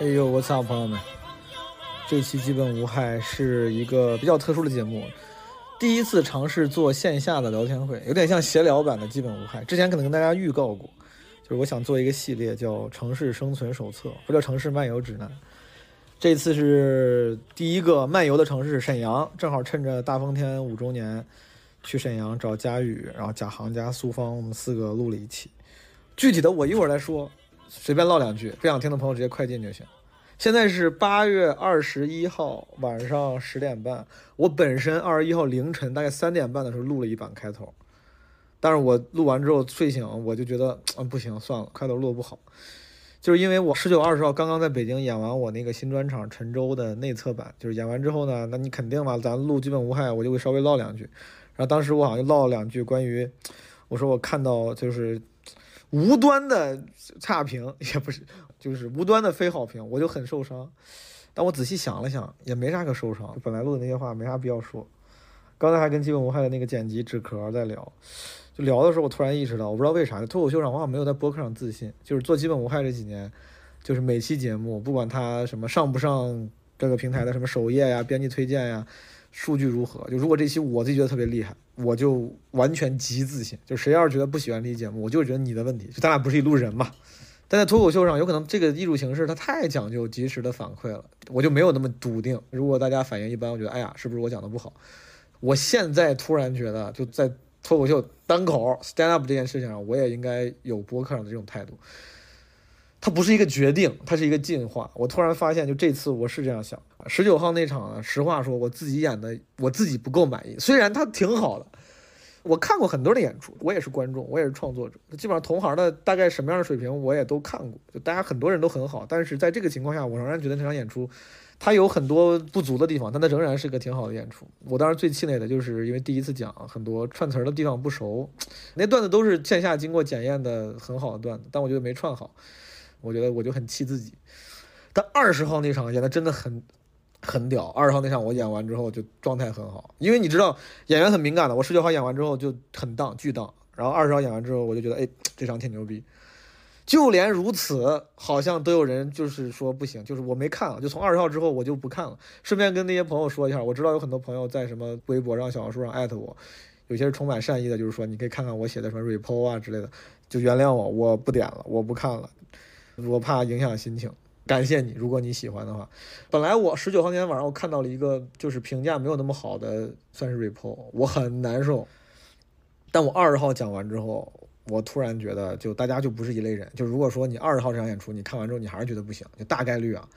哎呦，我操，朋友们！这期基本无害是一个比较特殊的节目，第一次尝试做线下的聊天会，有点像闲聊版的基本无害。之前可能跟大家预告过，就是我想做一个系列叫《城市生存手册》或者《城市漫游指南》。这次是第一个漫游的城市沈阳，正好趁着大风天五周年，去沈阳找佳宇，然后贾航加苏芳，我们四个录了一期。具体的我一会儿来说，随便唠两句，不想听的朋友直接快进就行。现在是八月二十一号晚上十点半，我本身二十一号凌晨大概三点半的时候录了一版开头，但是我录完之后睡醒，我就觉得嗯不行，算了，开头录的不好，就是因为我十九二十号刚刚在北京演完我那个新专场《陈州》的内测版，就是演完之后呢，那你肯定嘛，咱录基本无害，我就会稍微唠两句，然后当时我好像就唠了两句关于，我说我看到就是无端的差评， 也不是就是无端的非好评，我就很受伤。但我仔细想了想，也没啥可受伤，本来录的那些话没啥必要说。刚才还跟基本无害的那个剪辑纸壳在聊，就聊的时候，我突然意识到，我不知道为啥，脱口秀上我好像没有在播客上自信，就是做基本无害这几年，就是每期节目不管它什么上不上各个平台的什么首页呀、编辑推荐呀、数据如何，就如果这期我自己觉得特别厉害，我就完全极自信，就谁要是觉得不喜欢这期节目，我就觉得你的问题，就咱俩不是一路人嘛。但在脱口秀上，有可能这个艺术形式它太讲究及时的反馈了，我就没有那么笃定。如果大家反应一般，我觉得哎呀，是不是我讲的不好？我现在突然觉得，就在脱口秀单口 stand up 这件事情上，我也应该有播客上的这种态度。它不是一个决定，它是一个进化。我突然发现，就这次我是这样想。十九号那场呢，实话说，我自己演的我自己不够满意，虽然它挺好的，我看过很多人的演出，我也是观众，我也是创作者，基本上同行的大概什么样的水平我也都看过，就大家很多人都很好，但是在这个情况下，我仍然觉得那场演出，它有很多不足的地方，但它仍然是个挺好的演出。我当时最气馁的就是因为第一次讲很多串词儿的地方不熟，那段子都是线下经过检验的很好的段子，但我觉得没串好，我觉得我就很气自己。但二十号那场演的真的很很屌，二十号那场我演完之后就状态很好，因为你知道演员很敏感的，我十九号演完之后就很荡，巨荡，然后二十号演完之后我就觉得，哎，这场挺牛逼。就连如此，好像都有人就是说不行，就是我没看啊了，就从二十号之后我就不看了。顺便跟那些朋友说一下，我知道有很多朋友在什么微博上、小红书上艾特我，有些是充满善意的，就是说你可以看看我写的什么 repo 啊之类的，就原谅我，我不点了，我不看了，我怕影响心情。感谢你，如果你喜欢的话。本来我十九号那天晚上我看到了一个就是评价没有那么好的，算是 report，我很难受。但我二十号讲完之后，我突然觉得就大家就不是一类人。就如果说你二十号这场演出你看完之后你还是觉得不行，就大概率啊，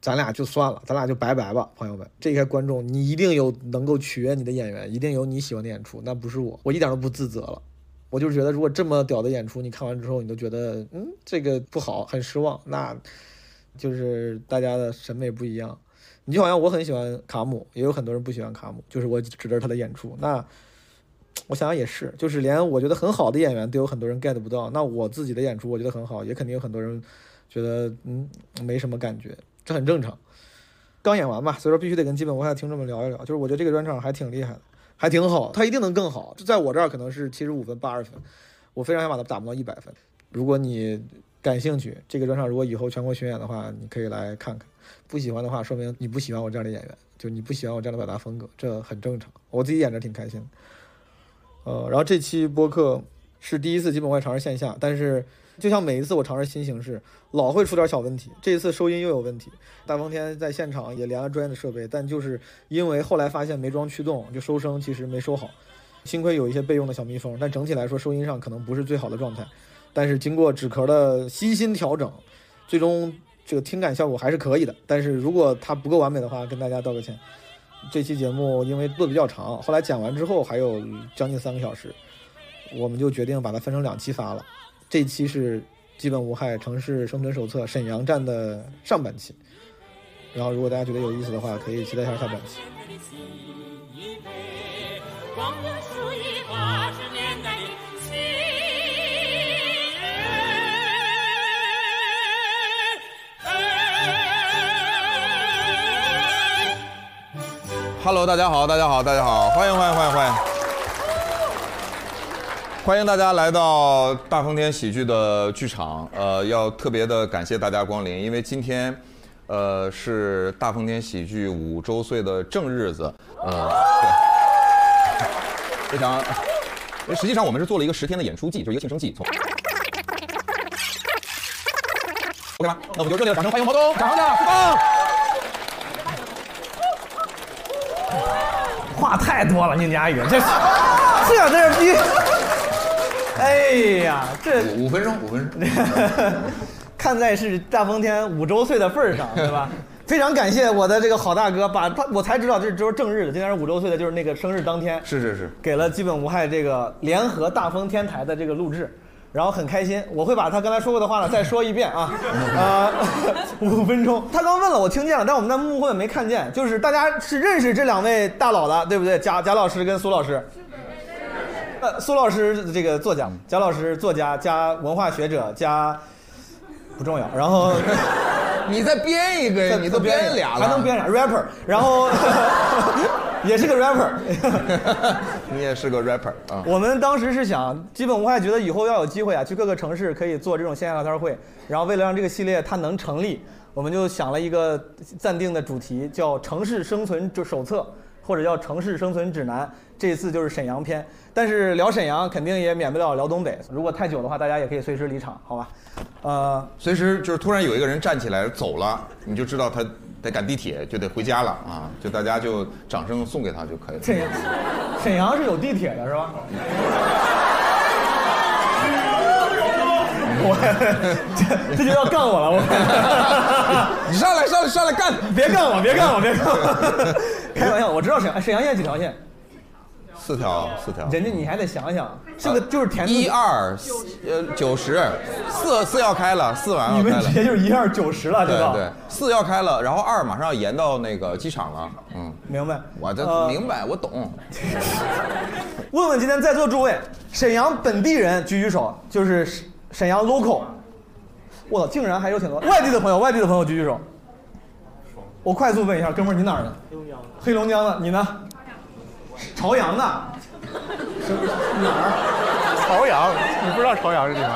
咱俩就算了，咱俩就拜拜吧，朋友们。这些观众你一定有能够取悦你的演员，一定有你喜欢的演出，那不是我，我一点都不自责了。我就是觉得，如果这么屌的演出，你看完之后，你都觉得，嗯，这个不好，很失望，那就是大家的审美不一样。你就好像我很喜欢卡姆，也有很多人不喜欢卡姆，就是我指着他的演出。那我想想也是，就是连我觉得很好的演员都有很多人 get 不到，那我自己的演出我觉得很好，也肯定有很多人觉得嗯没什么感觉，这很正常。刚演完嘛，所以说必须得跟基本无害的听众们聊一聊，就是我觉得这个专场还挺厉害的。还挺好，他一定能更好。就在我这儿可能是七十五分、八十分，我非常想把它打磨到一百分。如果你感兴趣，这个专场如果以后全国巡演的话，你可以来看看。不喜欢的话，说明你不喜欢我这样的演员，就你不喜欢我这样的表达风格，这很正常。我自己演着挺开心的。呃，然后这期播客是第一次基本我也尝试线下，但是就像每一次我尝试新形式，老会出点小问题。这一次收音又有问题，大风天在现场也连了专业的设备，但就是因为后来发现没装驱动，就收声其实没收好。幸亏有一些备用的小蜜蜂，但整体来说收音上可能不是最好的状态。但是经过纸壳的悉心调整，最终这个听感效果还是可以的。但是如果它不够完美的话，跟大家道个歉。这期节目因为做的比较长，后来讲完之后还有将近三个小时，我们就决定把它分成两期发了。这期是基本无害城市生存手册沈阳站的上半期，然后如果大家觉得有意思的话，可以期待一下下半期。一杯，光阴数一八十年代的喜悦。 Hello，大家好，大家好，大家好，欢迎欢迎欢迎欢迎！欢迎大家来到大风天喜剧的剧场。呃，要特别的感谢大家光临，因为今天，呃，是大风天喜剧五周岁的正日子。呃， 对，非常。实际上，我们是做了一个十天的演出季，就是一个庆生季。从 OK 吧，那我们就热烈的掌声欢迎毛东，掌声的出发。话太多了，宁佳宇，这是这这逼，哎呀，这五分钟，五分钟。看在是大风天五周岁的份儿上，对 吧？非常感谢我的这个好大哥，把他我才知道这就是正日的，今天是五周岁的，就是那个生日当天，是是是，给了基本无害这个联合大风天台的这个录制，然后很开心。我会把他刚才说过的话呢再说一遍 啊，呃，五分钟。他刚问了，我听见了，但我们在幕后也没看见。就是大家是认识这两位大佬的，对不对？贾贾老师跟苏老师。呃，苏老师这个作家，贾老师作家加文化学者加不重要，然 后你再编一个，你都编俩了，还能编啥？rapper，然后 也是个 rapper， 你也是个 rapper 啊。我们当时是想，基本无害觉得以后要有机会啊，去各个城市可以做这种线下聊天会。然后为了让这个系列它能成立，我们就想了一个暂定的主题，叫《城市生存手册》或者叫《城市生存指南》。这次就是沈阳篇，但是聊沈阳肯定也免不了聊东北。如果太久的话，大家也可以随时离场，好吧？呃，随时就是突然有一个人站起来走了，你就知道他得赶地铁，就得回家了啊！就大家就掌声送给他就可以沈了。阳，沈阳是有地铁的是吧？我这这就要干我了，我。 你上来，上来，上来干！别干我，别干我，别干我！ 开玩笑，我知道沈阳沈阳县几条线，四条，四条，啊人家你还得想想，这个就是填字一二四呃九十，四四要开了，四晚你上要们开直啊了。接就是一二九十了，知对道对吧？，四要开了，然后二马上要延到那个机场了。嗯，明白？我这呃明白，我懂。问问今天在座诸位，沈阳本地人举举手，就是沈沈阳 local。我操，竟然还有挺多外地的朋友，外地的朋友举举手。我快速问一下，哥们儿，你哪儿的？黑龙江。黑龙江的，你呢？朝阳的。哪儿？朝阳，你不知道朝阳这地方？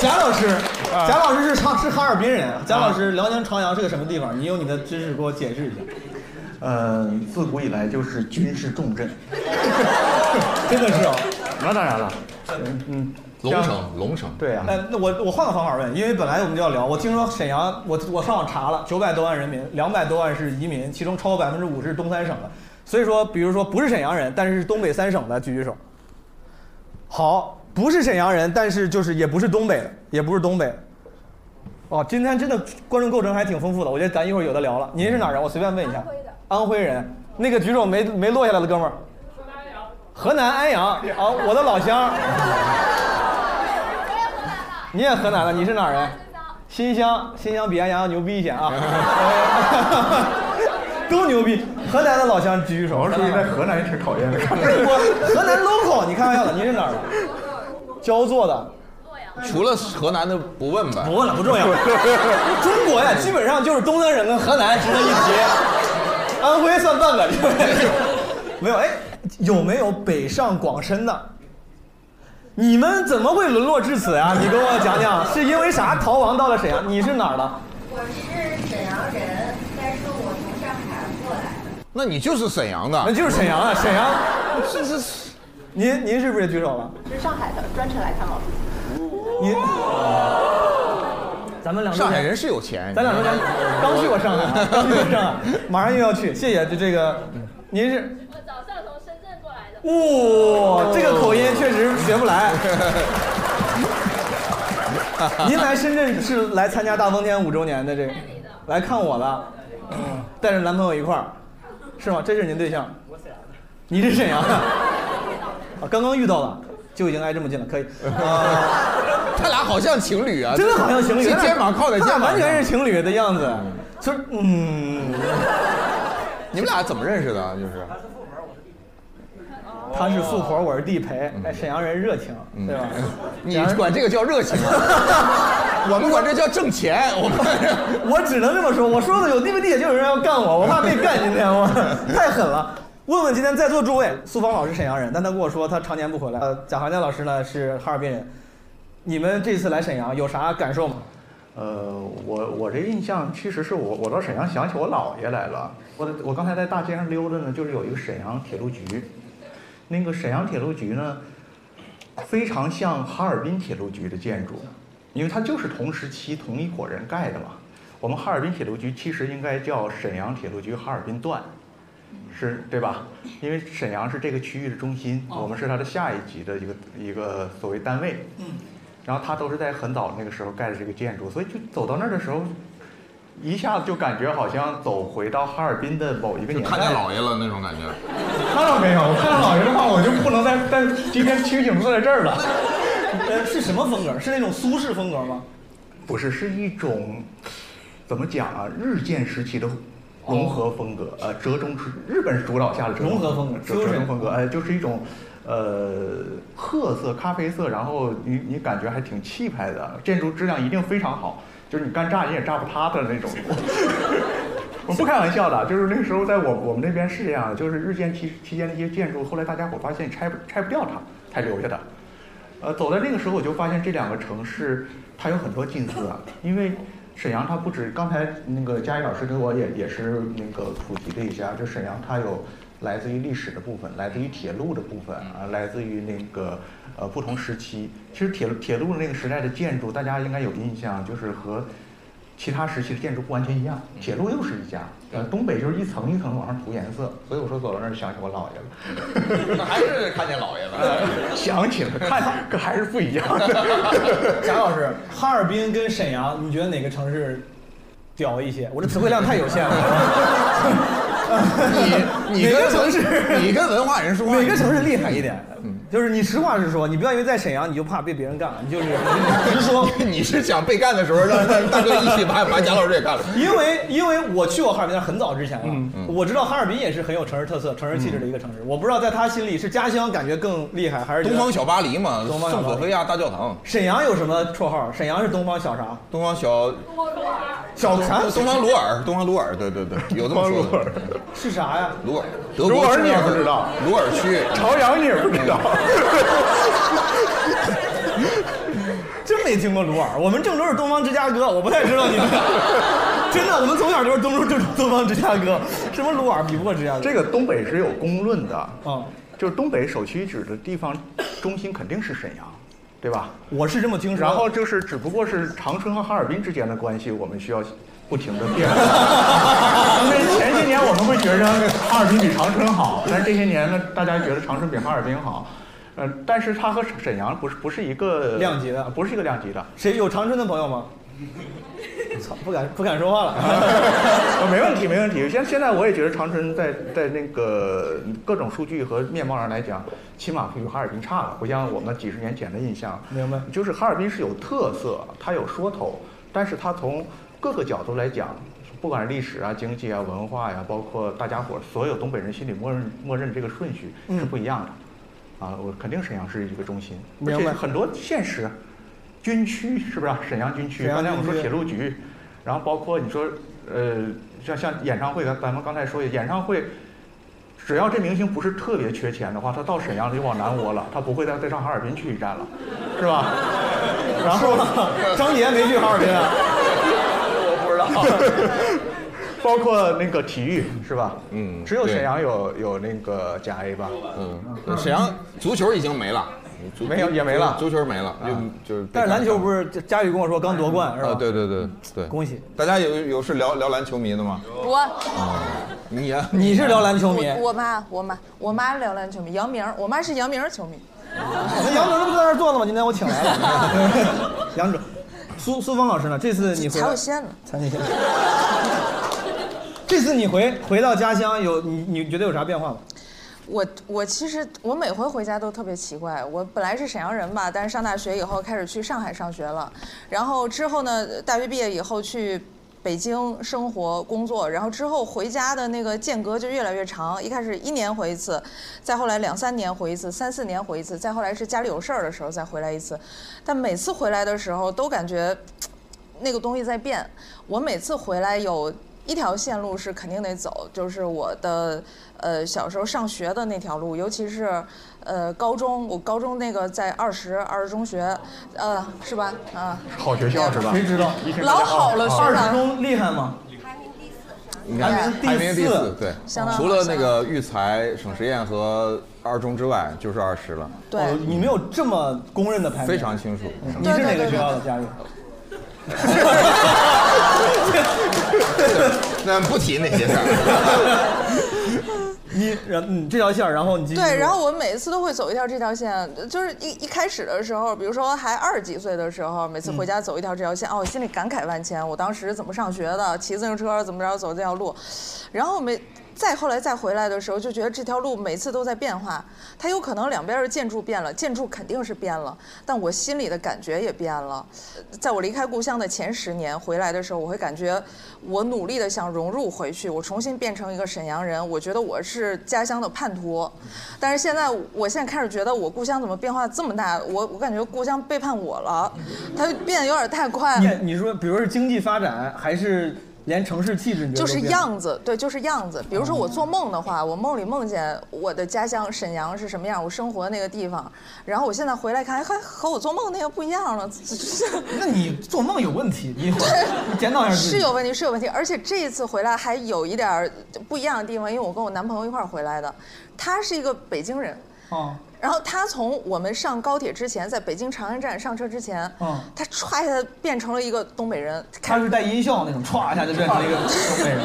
贾老师，啊贾老师是哈是哈尔滨人。啊贾老师，辽宁朝阳是个什么地方？你用你的知识给我解释一下。呃，自古以来就是军事重镇， 真的是哦。嗯那当然了，龙城，龙城，对啊呀、呃，那我我换个方法问，因为本来我们就要聊，我听说沈阳，我我上网查了，九百多万人民，两百多万是移民，其中超过百分之五是东三省的。所以说，比如说不是沈阳人，但是是东北三省的，举举手。好，不是沈阳人，但是就是也不是东北的，也不是东北的。哦，今天真的观众构成还挺丰富的，我觉得咱一会儿有的聊了。您是哪儿人？我随便问一下。安徽的。安徽人，那个举手没没落下来的哥们儿。河南安阳。河南安阳，哦，我的老乡。你也河南的，你是哪儿人？新乡，新乡比安阳要牛逼一些啊， 都牛逼。河南的老乡举举手。主要是在河南也挺讨 厌的。我河南 local，你开玩笑的，你是哪儿的？焦作的，除了河南的不问吧不？问了，不重要。中国呀，基本上就是东三省跟河南值得一提，安徽算半个。 没有，哎，有没有北上广深的？你们怎么会沦落至此啊呀？你跟我讲讲，是因为啥逃亡到了沈阳？你是哪儿的？我是沈阳人，但是我从上海过来的。那你就是沈阳的那。就是沈阳啊，沈阳。这这 是您您是不是也举手了？是上海的，专程来看老师。您，咱们两上海人是有钱，咱俩 周前刚去过上海啊，刚去过上海，马上又要去，谢谢这这个，您是？我早上从深圳过来的。哇、这个口音确实学不 来。 您来深圳是来参加大风天五周年的这个，来看我的，带着男朋友一块儿，是吗？这是您对象？我沈阳的。你是沈 阳的？啊，刚刚遇到了，就已经挨这么近了，可以。啊他俩好像情侣啊，真的好像情侣，这他俩肩膀靠在他肩俩膀上，完全是情侣的样子。就是嗯， 你们俩怎么认识的？就是。他是富婆，我是地陪。哎，沈阳人热情，对吧？嗯 你管这个叫 热情啊？我们管这叫挣钱。我们我只能这么说，我说的有地不地也就有人要干我，我怕被干今天 我太狠了。问问今天在座诸位，苏芳老师沈阳人，但他跟我说他常年不回来。呃，贾行家老师呢是哈尔滨人，你们这次来沈阳有啥感受吗？呃，我我这印象其实是我我到沈阳想起我姥爷来了。我的我刚才在大街上溜达呢，就是有一个沈阳铁路局，那个沈阳铁路局呢，非常像哈尔滨铁路局的建筑，因为它就是同时期同一伙人盖的嘛。我们哈尔滨铁路局其实应该叫沈阳铁路局哈尔滨段，是对吧？因为沈阳是这个区域的中心，我们是它的下一级的一个一个所谓单位。然后它都是在很早那个时候盖的这个建筑，所以就走到那儿的时候，一下子就感觉好像走回到哈尔滨的某一个年代。看见姥爷了那种感觉。看到没有？看到老爷的话，我就不能再再今天清醒地坐在这儿了。 呃，是什么风格？是那种苏式风格吗？不是，是一种怎么讲啊？日建时期的融合风格，呃，折中时日本主导下的折中融合风格折折 fusion 中风格，哎、就是一种呃褐色、咖啡色，然后你你感觉还挺气派的，建筑质量一定非常好，就是你干炸你也炸不塌的那种。 我不开玩笑的，就是那个时候在我我们那边是这样的，就是日建期期间的一些建筑，后来大家伙发现拆不拆不掉它，才留下的。呃，走在那个时候，我就发现这两个城市它有很多近似啊，因为沈阳它不止刚才那个佳怡老师给我也也是那个普及了一下，就沈阳它有来自于历史的部分，来自于铁路的部分啊，来自于那个呃不同时期。其实铁路铁路那个时代的建筑，大家应该有印象，就是和其他时期的建筑不完全一样，铁路又是一家，呃，东北就是一层一层往上涂颜色，所以我说走到那儿就想起我姥爷了。那还是看见姥爷 了。 想起了，看可还是不一样的。贾老师，哈尔滨跟沈阳，你觉得哪个城市屌一些？我这词汇量太有限了。你你 哪跟个城市？你跟文化人说话，嗯哪个城市厉害一点？就是你实话实说，你不要因为在沈阳你就怕被别人干，你 就是你直说。你是想被干的时候让让大哥一起把把贾老师也干了？因为因为我去过哈尔滨很早之前了，嗯我知道哈尔滨也是很有城市特色、城市气质的一个城市。我不知道在他心里是家乡感觉更厉害，还是觉得东方小巴黎嘛，东方小圣巴黎索菲亚大教堂，沈阳有什么绰号？沈阳是东方小啥？东方小小啥？东方鲁尔，东方鲁尔，对对对，有这么说的。是啥呀？鲁尔，德鲁国尔区你也啊不知道，鲁尔区，嗯朝阳你也不知道， 真没听过鲁尔，我们郑州是东方芝加哥，我不太知道 你们。真的，我们从小就是东州东方芝加哥， 什么鲁尔比不过芝加哥？这个东北是有公论的，啊，就是东北首屈一指的地方中心肯定是沈阳，对吧？我是这么听说。然后就是只不过是长春和哈尔滨之间的关系，我们需要不停的变化。 那前些年我们会觉着哈尔滨比长春好，但是这些年呢，大家觉得长春比哈尔滨好。呃，但是它和沈阳不是不是一个量级的不是一个量级的。谁有长春的朋友吗？操，不敢不敢说话 了。啊，没问题，没问题。现现在我也觉得长春在在那个各种数据和面貌上来讲，起码不比哈尔滨差了，不像我们几十年前的印象。明白就是哈尔滨是有特色，它有说头，但是它从各个角度来讲，不管是历史啊、经济啊、文化呀、包括大家伙儿所有东北人心里默认默认这个顺序是不一样的。啊，我肯定沈阳是一个中心，而明且白很多现实，军区是不是、啊？沈阳军区，沈阳刚才我们军说区铁路局，然后包括你说，呃，像像演唱会，咱咱们刚才说的演唱会，只要这明星不是特别缺钱的话，他到沈阳就往南窝了，他不会再再上哈尔滨去一站了，是吧？ 然后 张杰没去哈尔滨啊？我不知道。 包括那个体育是吧？嗯只有对沈阳有有那个甲 A 吧？嗯，对沈阳足球已经没了，足没有也没了足球没了，就就是。啊但是篮球不是佳宇跟我说刚夺冠是吧？嗯啊，对对对对，恭喜！大家有有是聊聊篮球迷的吗？我你呀， 你是聊篮球迷，我妈我妈我妈聊篮球迷，姚明，我妈是姚明球迷。那杨主任不在那儿坐呢吗？今天我请来了。 杨主，苏苏峰老师呢？这次你回才有线呢，才有线。这次你回回到家乡有你你觉得有啥变化吗？我我其实我每回回家都特别奇怪，我本来是沈阳人吧，但是上大学以后开始去上海上学了，然后之后呢，大学毕业以后去北京生活工作，然后之后回家的那个间隔就越来越长。一开始一年回一次，再后来两三年回一次，三四年回一次，再后来是家里有事儿的时候再回来一次。但每次回来的时候都感觉那个东西在变。我每次回来有一条线路是肯定得走，就是我的呃小时候上学的那条路，尤其是呃高中，我高中那个在二十二十中学，呃是吧？啊，好学校是吧？谁知道？老好了是二十吧？中厉害吗？你看排排名名第第四四，对相当，好除了那个育才、省实验和二中之外，就是二十了，哦对，你没有这么公认的排名，嗯非常清楚。你是对哪对个对学校的佳宇？ 那不提那些事儿。 你然你这条线儿，然后你继续对，然后我每次都会走一条这条线，就是一一开始的时候，比如说还二十几岁的时候，每次回家走一条这条线，哦，我心里感慨万千，我当时怎么上学的，骑自行车怎么着走这条路，然后每再后来再回来的时候，就觉得这条路每次都在变化，它有可能两边的建筑变了，建筑肯定是变了，但我心里的感觉也变了。在我离开故乡的前十年回来的时候，我会感觉我努力的想融入回去，我重新变成一个沈阳人。我觉得我是家乡的叛徒，但是现在我现在开始觉得我故乡怎么变化这么大？我我感觉故乡背叛我了，它变得有点太快了。你你说，比如是经济发展，还是连城市气质，你觉就得都是变了样子，对，就是样子。比如说我做梦的话，我梦里梦见我的家乡沈阳是什么样，我生活那个地方，然后我现在回来看，哎还和我做梦那个不一样了， 那你做梦有问题，你你检讨一下自己。是有问题，是有问题。而且这一次回来还有一点儿不一样的地方，因为我跟我男朋友一块儿回来的，他是一个北京人，啊，然后他从我们上高铁之前，在北京长安站上车之前，嗯他歘一下变成了一个东北人，他是带音效那种，歘一下就变成了一个东 北人。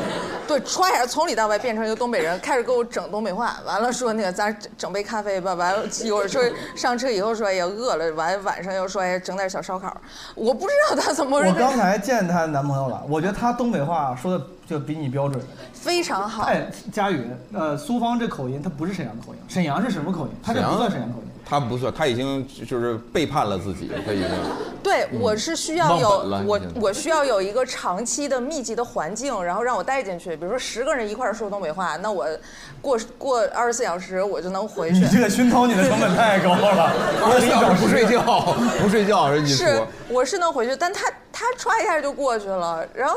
对，歘一下从里到外变成一个东北人，开始给我整东北话，完了说那个咱整整杯咖啡吧，完了一会儿说上车以后说也哎饿了，完晚上又说哎整点小烧烤，我不知道他怎么回我事，刚才见她男朋友了，我觉得他东北话说的就比你标准。非常好。哎，佳宇，呃，苏芳这口音，她不是沈阳的口音，沈阳是什么口音？她这不算沈阳口音。他不算，他已经就是背叛了自己，他已经。对，我是需要有忘本了我已经我需要有一个长期的密集的环境，然后让我带进去。比如说十个人一块儿说东北话，那我过过二十四小时我就能回去你。这个熏陶你的成本太高 了，我跟你讲，不睡觉，不睡觉，人家是说，我是能回去，但他他歘一下就过去了，然后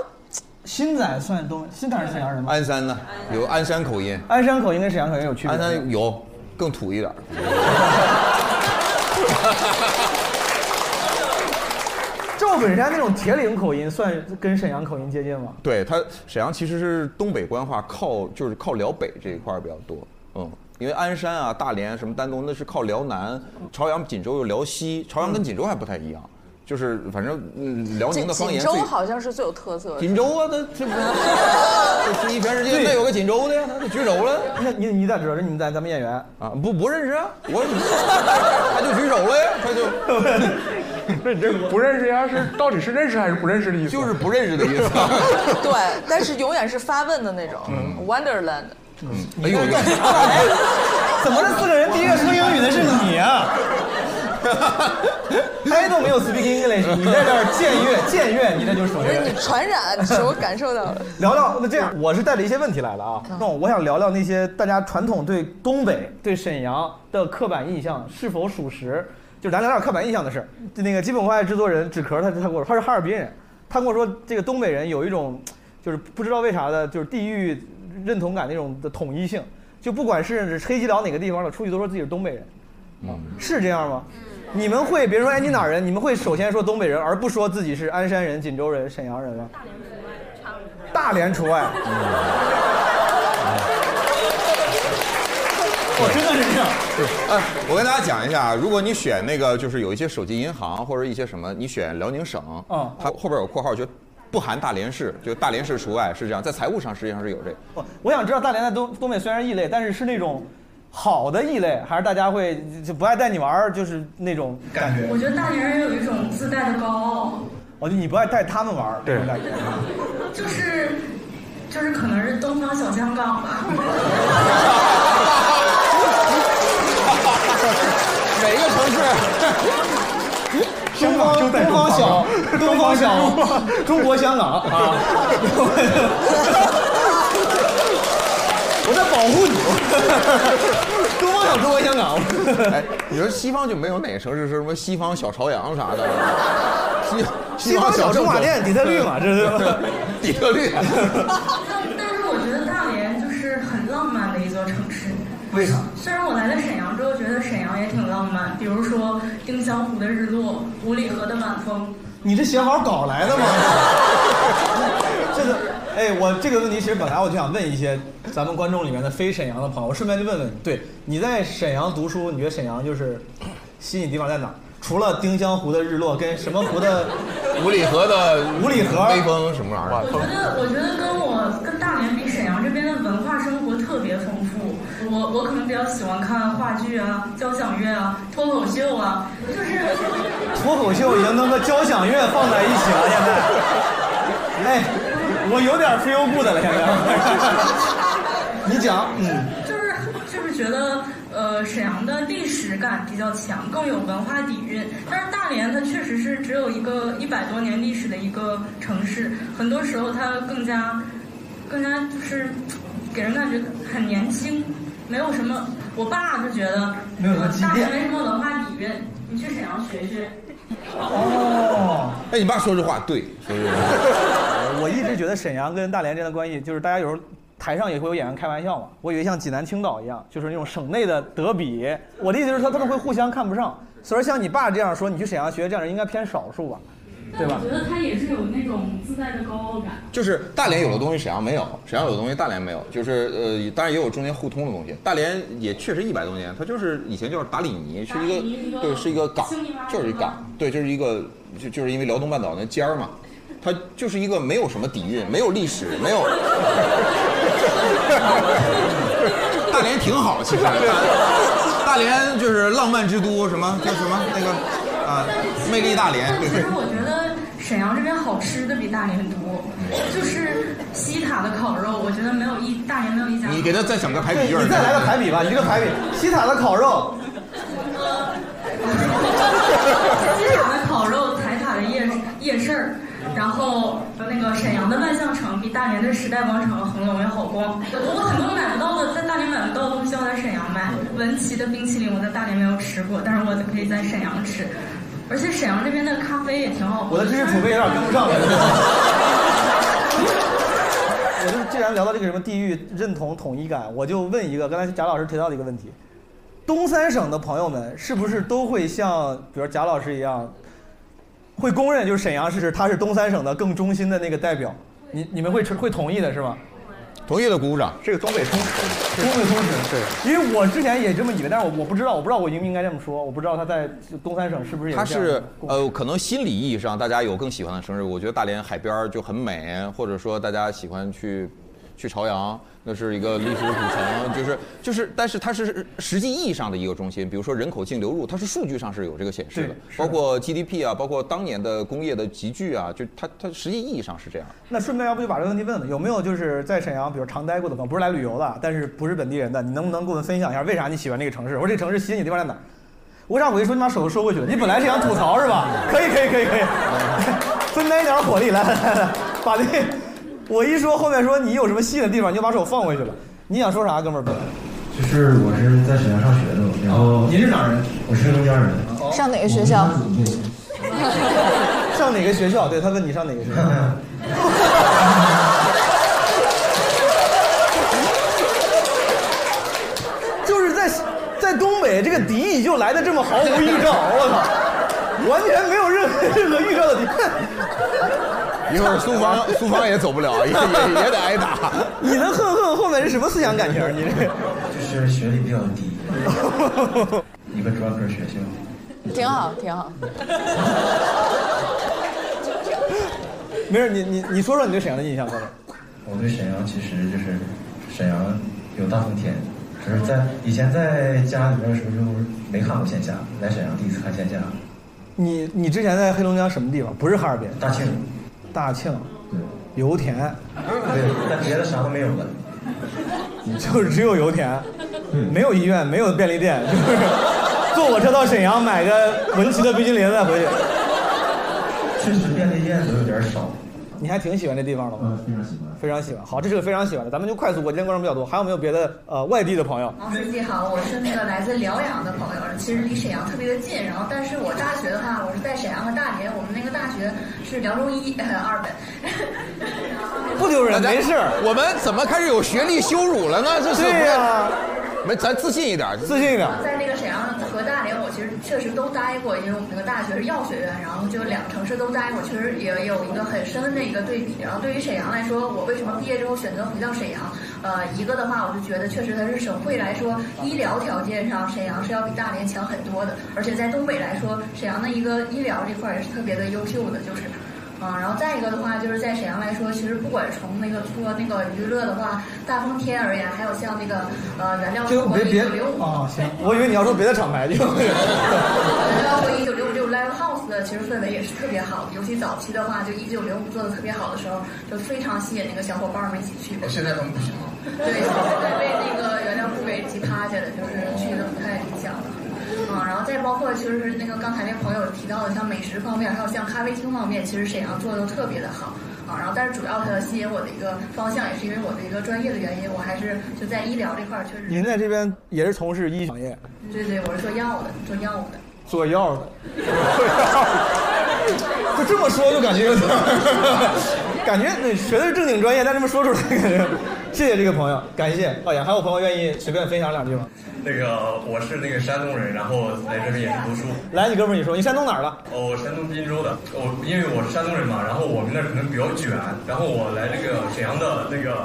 新仔算东，新仔是沈阳人吗？鞍山呢，有鞍山口音，鞍山口音跟沈阳口音有区别鞍吗。山有更土一点儿。 赵本山那种铁岭口音算跟沈阳口音接近吗？对他，沈阳其实是东北官话靠就是靠辽北这一块儿比较多，嗯，因为鞍山啊、大连什么丹东那是靠辽南，朝阳、锦州又辽西，朝阳跟锦州还不太一样，就是反正嗯辽宁锦的方锦言州最。好像是最有特色的。锦州啊，那这不 这是一全世界那有个锦州的呀，他举手了那你你咋知道？这你们在咱们演员，啊，不不认识啊，我 他就举手了呀，他 就那你这 不认识呀？是到底是认识还是不认识的意思？就是不认识的意 思。对，但是永远是发问的那种、Wonderland。嗯哎呦， 怎么这四个人第一个说英语的是你啊？哎，都没有 speak English，你在这儿僭越僭越，你这就是属不是于你。传染，你是我感受到了。聊聊那这样，我是带着一些问题来的啊。那我想聊聊那些大家传统对东北、对沈阳的刻板印象是否属实？就是咱聊点刻板印象的事儿。就那个基本无害制作人纸壳，他他跟我说他是哈尔滨人，他跟我说这个东北人有一种就是不知道为啥的，就是地域认同感那种的统一性，就不管是黑吉辽哪个地方的，出去都说自己是东北人。啊是这样吗？你们会，别人说哎你哪儿人，你们会首先说东北人，而不说自己是鞍山人、锦州人、沈阳人吗？大连除外，我真的是这样。哎，我跟大家讲一下，啊如果你选那个，就是有一些手机银行或者一些什么，你选辽宁省，嗯它后边有括号，就不含大连市，就大连市除外，是这样，在财务上实际上是有这个。我我想知道大连在东东北虽然异类，但是是那种好的异类，还是大家会就不爱带你玩儿，就是那种感觉。我觉得大连人有一种自带的高傲，哦，就你不爱带他们玩儿那种感觉。就是就是可能是东方小香港吧。每个城市，东方就在东东方方 小东方小，中国香港啊！我在保护 你，东方小，中国香港。哎，你说西方就没有哪个城市是什么西方小朝阳啥的？西西方小政驻马府店底特律嘛这 是底特律。 但是我觉得大连就是很浪漫的一座城市。为啥？虽然我来了沈阳之后，觉得沈阳也挺浪漫，比如说丁香湖的日落、五里河的晚风。你这写好稿来的吗？这个，哎，我这个问题其实本来我就想问一些咱们观众里面的非沈阳的朋友，我顺便就问问你，对你在沈阳读书，你觉得沈阳就是吸引地方在哪儿？除了丁香湖的日落，跟什么湖的五里河的五里河微风什么玩意我觉得，我觉得跟我跟大连比，沈阳这边的文化生活特别丰富。我我可能比较喜欢看话剧啊、交响乐啊、脱口秀啊，就是脱口秀已经能和交响乐放在一起了，现在，哎，我有点 feel good 了，现在。你 讲，嗯，就是就是觉得呃沈阳的历史感比较强，更有文化底蕴。但是大连它确实是只有一个一百多年历史的一个城市，很多时候它更加更加就是给人感觉很年轻，没有什么。我爸就觉得没有什么呃积大 淀连没什么文化底蕴，你去沈阳学学。哦，哎，你爸说这话对，说这话。 我一直觉得沈阳跟大连之间的关系，就是大家有时候台上也会有演员开玩笑嘛，我以为像济南、青岛一样，就是那种省内的德比。我的意思是说，他们会互相看不上，所以说像你爸这样说，你去沈阳学这样人应该偏少数吧，对吧？觉得他也是有那种自带的高傲感。就是大连有的东西沈阳没有，沈阳有的东西大连没有，就是呃，当然也有中间互通的东西。大连也确实一百多年，它就是以前就是达里尼，是达里尼一一个个对，是一个港兴利湾，就是一是吧港，对，就是一个就就是因为辽东半岛那尖儿嘛，它就是一个没有什么底蕴，没有历史，没有。大连挺好，其实大连大连就是浪漫之都，什么叫什么那个啊、魅力大连。但其实我觉得沈阳这边好吃的比大连多，就是西塔的烤肉，我觉得没有一大连没有一家。你给他再想个排比句儿对你再来个排比吧，一个排比，西塔的烤肉，西塔的烤肉，台塔的夜夜市儿，然后那个沈阳的万象城比大连的时代广场和恒隆要好逛。我很多买不到的，在大连买不到的东西要在沈阳买。文琪的冰淇淋我在大连没有吃过，但是我可以在沈阳吃。而且沈阳这边的咖啡也挺好喝。我的知识储备有点跟不上了。 我就是既然聊到这个什么地域认同统一感，我就问一个，刚才贾老师提到的一个问题：东三省的朋友们是不是都会像比如贾老师一样，会公认就是沈阳市他是东三省的更中心的那个代表？你你们会会同意的是吗？同意的鼓鼓掌。这个东北通史，东北通史，对，因为我之前也这么以为，但是我我不知道，我不知道我应不应该这么说，我不知道他在东三省是不是也它这样是呃，可能心理意义上大家有更喜欢的城市，我觉得大连海边儿就很美，或者说大家喜欢去去朝阳，那是一个历史古城，就是就是，但是它是实际意义上的一个中心，比如说人口净流入，它是数据上是有这个显示的对，是的包括 GDP 啊，包括当年的工业的集聚啊，就它它实际意义上是这样。那顺便要不就把这个问题问问，有没有就是在沈阳，比如常待过的朋友，不是来旅游的，但是不是本地人的，你能不能给我们分享一下为啥你喜欢这个城市？我说这个城市吸引你的地方在哪儿？我啥我一说你把手都收回去了，你本来是想吐槽是吧？可以可以可以可以， 分担一点火力，来来来来，把那我一说后面说你有什么吸引的地方，你就把手放回去了。你想说啥，哥们儿？就是我是在沈阳上学的，然后您是哪人？我是黑龙江人。哦上哪个学校？上哪个学校？对他问你上哪个学校？ 就是在在东北，这个敌意就来的这么毫无预兆，我操，完全没有任何 任何预兆的 敌。一会儿苏芳苏芳也走不了，也也也得挨打。 你能恨恨后面是什么思想感情？你这就是学历比较 低，一个专科学校。挺好，挺 好。没事，你你你说说你对沈阳的印象，哥们儿。我对沈阳其实就是沈阳有大风天，只是在以前在家里面的时候就没看过线下，来沈阳第一次看线下。你你之前在黑龙江什么地方？不是哈尔滨，大庆，大庆，油田，对，但别的啥都没有了。就是只有油田，嗯没有医院，没有便利店，就是坐火车到沈阳买个文琪的冰淇淋再回去。确实便利店都有点少。嗯你还挺喜欢这地方的吗？非常喜欢。非常喜欢。好，这是个非常喜欢的，咱们就快速。我今天观众比较多，还有没有别的呃外地的朋友？王书记啊好，我是那个来自辽阳的朋友，其实离沈阳特别的近。然后，但是我大学的话，我是在沈阳和大连，我们那个大学是辽中一、呃、二本。不丢人，没事。我们怎么开始有学历羞辱了呢？这是对呀没，咱自信一点，自信一点在那个沈阳和大连，我其实确实都待过，因为我们那个大学是药学院，然后就两个城市都待过，确实也有一个很深的一个对比。然后对于沈阳来说，我为什么毕业之后选择回到沈阳？呃，一个的话，我就觉得确实它是省会来说，医疗条件上沈阳是要比大连强很多的，而且在东北来说，沈阳的一个医疗这块儿也是特别的优秀的，就是。啊，然后再一个的话，就是在沈阳来说，其实不管从那个说那个娱乐的话，大风天而言，还有像那个呃原料就生活别一别九六五，啊，行，我以为你要说别的厂牌，就原料和一九六五这种 live house 的，其实氛围也是特别好的，尤其早期的话，就一九六五做的特别好的时候，就非常吸引那个小伙伴们一起去。现在他们不行了。对，现在被那个原料部给挤趴下了，就是去的不太理想了。啊，然后再包括就是那个刚才那朋友提到的，像美食方面，还有像咖啡厅方面，其实沈阳做的都特别的好啊。然后，但是主要它吸引我的一个方向，也是因为我的一个专业的原因，我还是就在医疗这块儿确实， 您在这边也是从事医行业，对对，我是做药的，做药的。做药的，做药的，就这么说就感觉有点儿， 感觉那学的是正经专业，但这么说出来感觉，谢谢这个朋友，感谢导演，还有朋友愿意随便分享两句吗？那个我是那个山东人，然后来这边也是读书。来，你哥们儿，你说你山东哪儿的？哦，我山东滨州的，我因为我是山东人嘛，然后我们那儿可能比较卷，然后我来这个沈阳的那个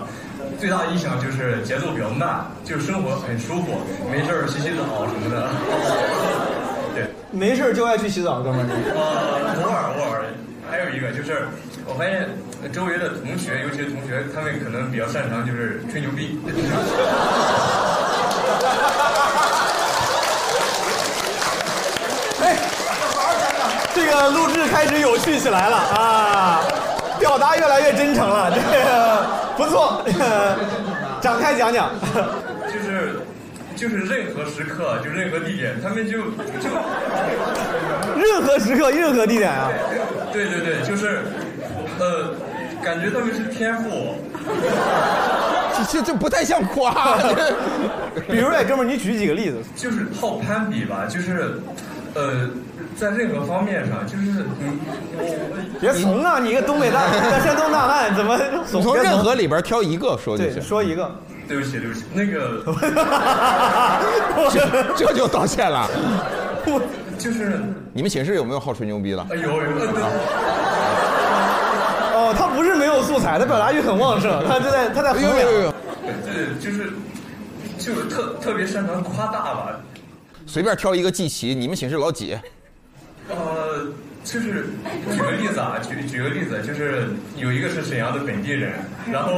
最大的印象就是节奏比较慢，就是生活很舒服，没事儿洗洗澡什么的。对，没事儿就爱去洗澡，哥们儿。呃，偶哦尔偶尔，还有一个就是我发现周围的同学，尤其是同学，他们可能比较擅长就是吹牛逼。 哎这个录制开始有趣起来了啊，表达越来越真诚了，这个不错， 展开讲讲。就是就是任何时刻，就任何地点，他们就就任何时刻，任何地点啊，对对对，就是呃，感觉他们是天赋。这这不太像 夸。比如哎，哥们儿，你举几个例子？就是好攀比吧，就是呃，在任何方面上，就是嗯，我别怂啊，你一个东北大，在山东大汉怎么怂？你从别怂任何里边挑一个说就行。说一个。 对不起对不起，那个 这这就道歉了。 就是你们寝室有没有好吹牛逼的？哎呦有有哦，他不是没有素材，他表达欲很 旺盛，他就在他在哎衡量。对，就是就是特特别擅长夸大吧，随便挑一个记齐，你们寝室老几？呃，就是举个例子啊，举举个例子，就是有一个是沈阳的本地人，然后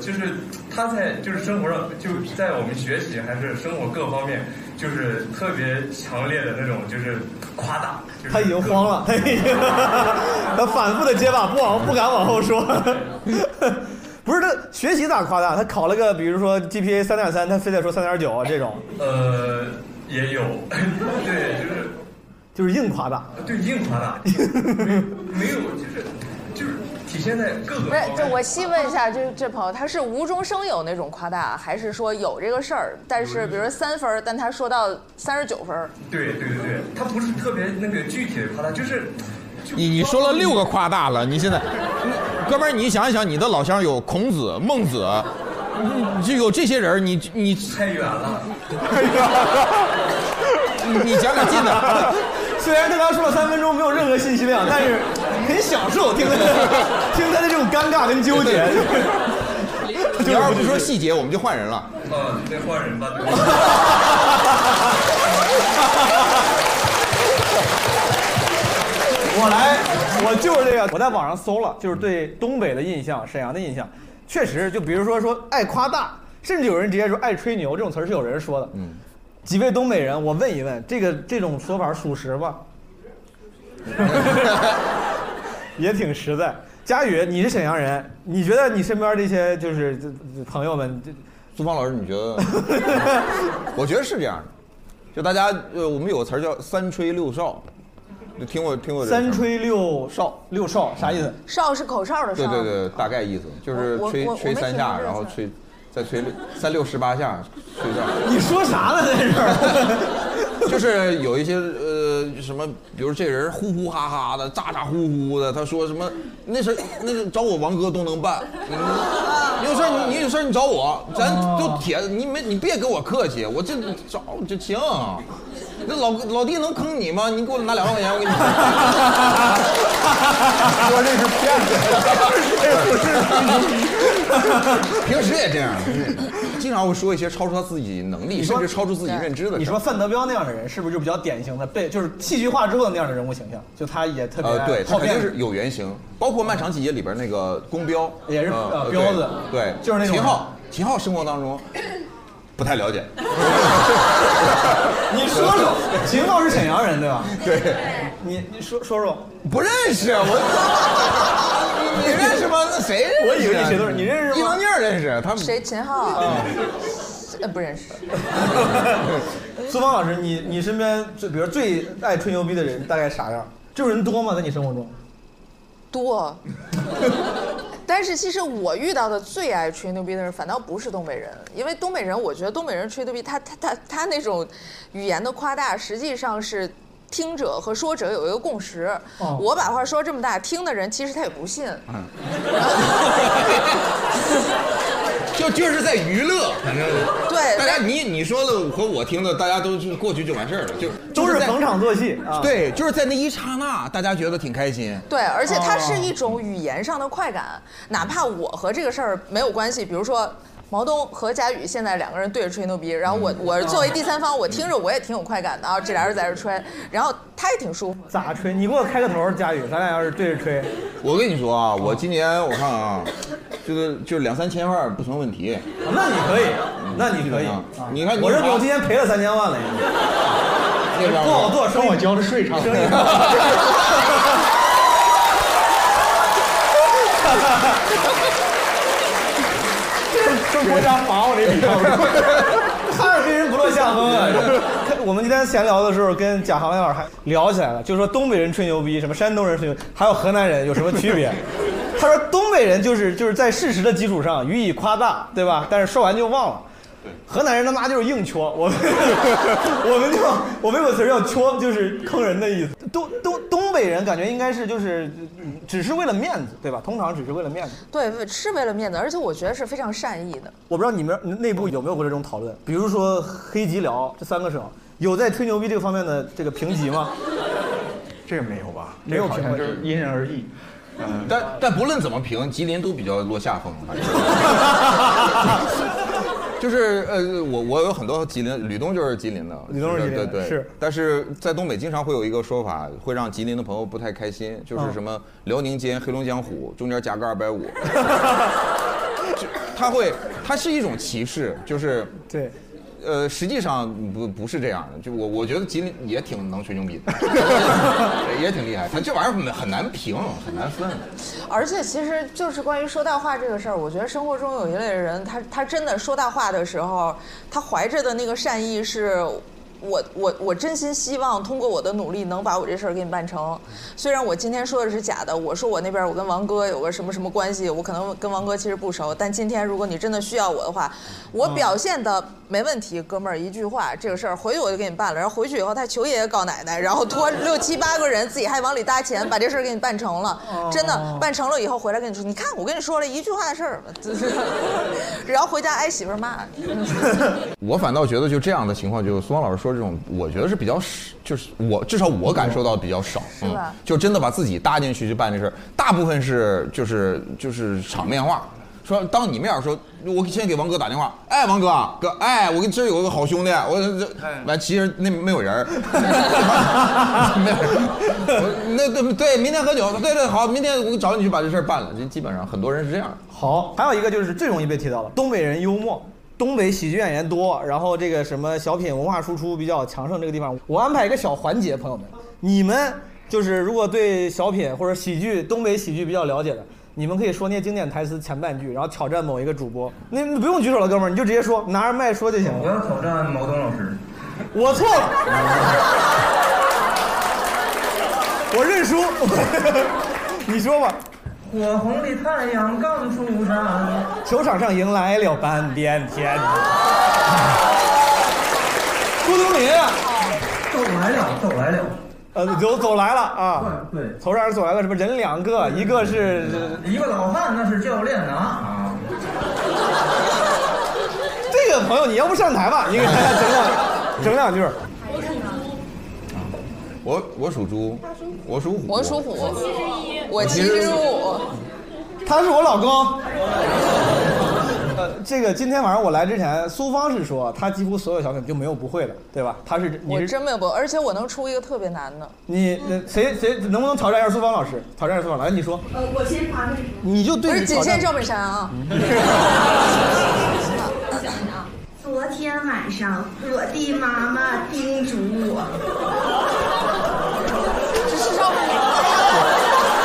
就是他在就是生活上就在我们学习还是生活各方面，就是特别强烈的那种就是夸大，就是他已经慌了，他已经，他反复的结巴，不往不敢往后说。 不是他学习咋夸大？他考了个比如说 GPA 三点三，他非得说三点九这种，呃也有， 对，就是就是硬夸大。对硬夸大，没没有就是就是体现在各个不是，就我细问一下，这这朋友他是无中生有那种夸大，还是说有这个事儿？但是比如说三分儿，但他说到三十九分儿，对对对对，他不是特别那个具体的夸大，就是你你说了六个夸大了，你现在，你哥们儿，你想一想，你的老乡有孔子、孟子，你就有这些人，你你太远了，太远了，你讲点近 的。 虽然他刚说了三分钟没有任何信息量，但是很享受听他的听他的这种尴尬跟纠结。 你要是不说细节，我们就换人了。呃，得换人吧，对吧？我来，我就是这个。我在网上搜了，就是对东北的印象、沈阳的印象，确实，就比如说说爱夸大，甚至有人直接说爱吹牛这种词儿是有人说的。嗯，几位东北人，我问一问，这个这种说法属实吗？ 也挺实在。佳宇，你是沈阳人，你觉得你身边这些就是这这朋友们，这苏芳老师，你觉得？呃我觉得是这样的，就大家呃，我们有个词儿叫“三吹六哨”，你听过听过这个三事儿吗吹六哨，六哨啥意思？哨是口哨的哨，对对对，大概意思就是我我吹我吹我没三听下，过这然后个吹再吹六三六十八下，吹到。 你说啥呢？在这儿？就是有一些呃什么，比如这人呼呼哈哈的，咋咋呼呼的，他说什么那是那是找我王哥都能办。你你有事儿你你有事儿你找我，咱哦就铁，你没你别跟我客气，我这找就行。那老老弟能坑你吗？你给我拿两 万块钱，我给你。说这是骗子，这不是平时也这样，经常会说一些超出他自己能力，甚至超出自己认知的。你说范德彪那样的人，是不是就比较典型的被就是戏剧化之后的那样的人物形象？就他也特别呃，对，他好肯定面是子，有原型，包括《漫长季节》里边那个公标也是嗯呃对彪子对，就是那种秦人昊，秦昊生活当中 不太了解。你说说，秦昊是沈阳 人对吧？对，你你说说说，不认识 我，你认识吗？那谁认识啊？我以为这谁都是你认识 吗一王静儿认识，他们啊谁？秦昊？啊呃，不认识。苏芳老师，你你身边最比如最爱吹牛逼的人大概啥样？这种人多吗？在你生活中？多。 但是其实我遇到的最爱吹牛逼的人，反倒不是东北人，因为东北人，我觉得东北人吹牛逼，他他他他那种语言的夸大，实际上是。听者和说者有一个共识，哦我把话说这么大，听的人其实他也不信，嗯就就是在娱乐，反正对大家你你说的和我听的，大家都是过去就完事儿了，就都是在逢场作戏啊对，就是在那一刹那，大家觉得挺开心。对，而且它是一种语言上的快感，哪怕我和这个事儿没有关系，比如说。毛东和佳宇现在两个人对着吹牛逼，然后我我作为第三方，我听着我也挺有快感的啊，这俩人在这吹，然后他也挺舒服。 咋吹？你给我开个头，佳宇，咱俩要是对着吹，嗯我跟你说啊，我今年我看啊，就是就是两三千万不成问题。嗯那你可以，那你可以。啊你看你我认为我今天天赔了三千万了，已经。不不好做，生意我交的税差不多。 这这国家罚哦我这笔账， 哈尔滨人不落下风啊！我们今天闲聊的时候，跟贾航老师还聊起来了，就是说东北人吹牛逼，什么山东人吹牛，还有河南人有什么区别？他说东北人就是就是在事实的基础上予以夸大，对吧？但是说完就忘了。河南人他妈就是硬戳，我们我们就我们有个词儿叫戳，就是坑人的意思。东东东北人感觉应该是就是嗯只是为了面子，对吧？通常只是为了面子。对，是为了面子，而且我觉得是非常善意的。我不知道你们内部有没有过这种讨论，比如说黑吉辽这三个省有在吹牛逼这个方面的这个评级吗？ 这个没有吧？没有这个好评像过，就是因人而异。嗯但但不论怎么评，吉林都比较落下风。 反正就是呃，我我有很多吉林，吕东就是吉林的，吕东是吉林的对对对是。但是在东北经常会有一个说法，会让吉林的朋友不太开心，就是嗯什么辽宁尖、黑龙江虎，中间夹个二百五。 就他会，它是一种歧视，就是对。呃，实际上不不是这样的，就我我觉得吉林也挺能吹牛逼的， 也挺厉害。他这玩意儿很难评，很难分。而且其实就是关于说大话这个事儿，我觉得生活中有一类人，他他真的说大话的时候，他怀着的那个善意是。我我我真心希望通过我的努力能把我这事儿给你办成，虽然我今天说的是假的，我说我那边我跟王哥有个什么什么关系，我可能跟王哥其实不熟，但今天如果你真的需要我的话，我表现的没问题，哥们儿一句话，这个事儿回去我就给你办了，然后回去以后他求爷爷告奶奶，然后托六七八个人自己还往里搭钱把这事儿给你办成了，真的办成了以后回来跟你说，你看我跟你说了一句话的事儿， 然后回家挨媳妇儿骂。我反倒觉得就这样的情况，就是苏芳老师说这种，我觉得是比较少，就是我至少我感受到比较少，嗯是吧就真的把自己搭进去去办这事儿，大部分是就是就是场面话。说当你面儿说，我先给王哥打电话，哎，王哥，哥，哎，我跟这儿有个好兄弟，我这嗯完，其实那没有 人儿，没有人儿，我那对对，明天喝酒，对对，好，明天我找你去把这事儿办了，这基本上很多人是这样。好，还有一个就是最容易被提到了，东北人幽默，东北喜剧演员多，然后这个什么小品文化输出比较强盛，这个地方我安排一个小环节，朋友们，你们就是如果对小品或者喜剧东北喜剧比较了解的。你们可以说那些经典台词前半句，然后挑战某一个主播。那你不用举手了，哥们儿，你就直接说，拿着麦说就行了。我要挑战毛东老师。我错了。我认输。 你说吧。火红的太阳刚出山，球场上迎来了半边天。郭冬临啊，走来了，走来了。呃，走走来了啊！对对，头上走来了，什么人两个，一个是一个老汉那是教练拿。啊这个朋友，你要不上台吧？你给大家整两整两句。我我属猪，我属虎，我属虎，我七十一，我七我七十十五。他是我老公。呃，这个今天晚上我来之前，苏芳是说她几乎所有小品就没有不会的，对吧？她是你我是真没有不，而且我能出一个特别难的。你那谁谁能不能挑战一下苏芳老师？挑战一下苏芳老师，来你说，呃，我先发这个。你就对不是你仅挑限战赵本山啊。昨天晚上，我的妈妈叮嘱我，这是赵本山。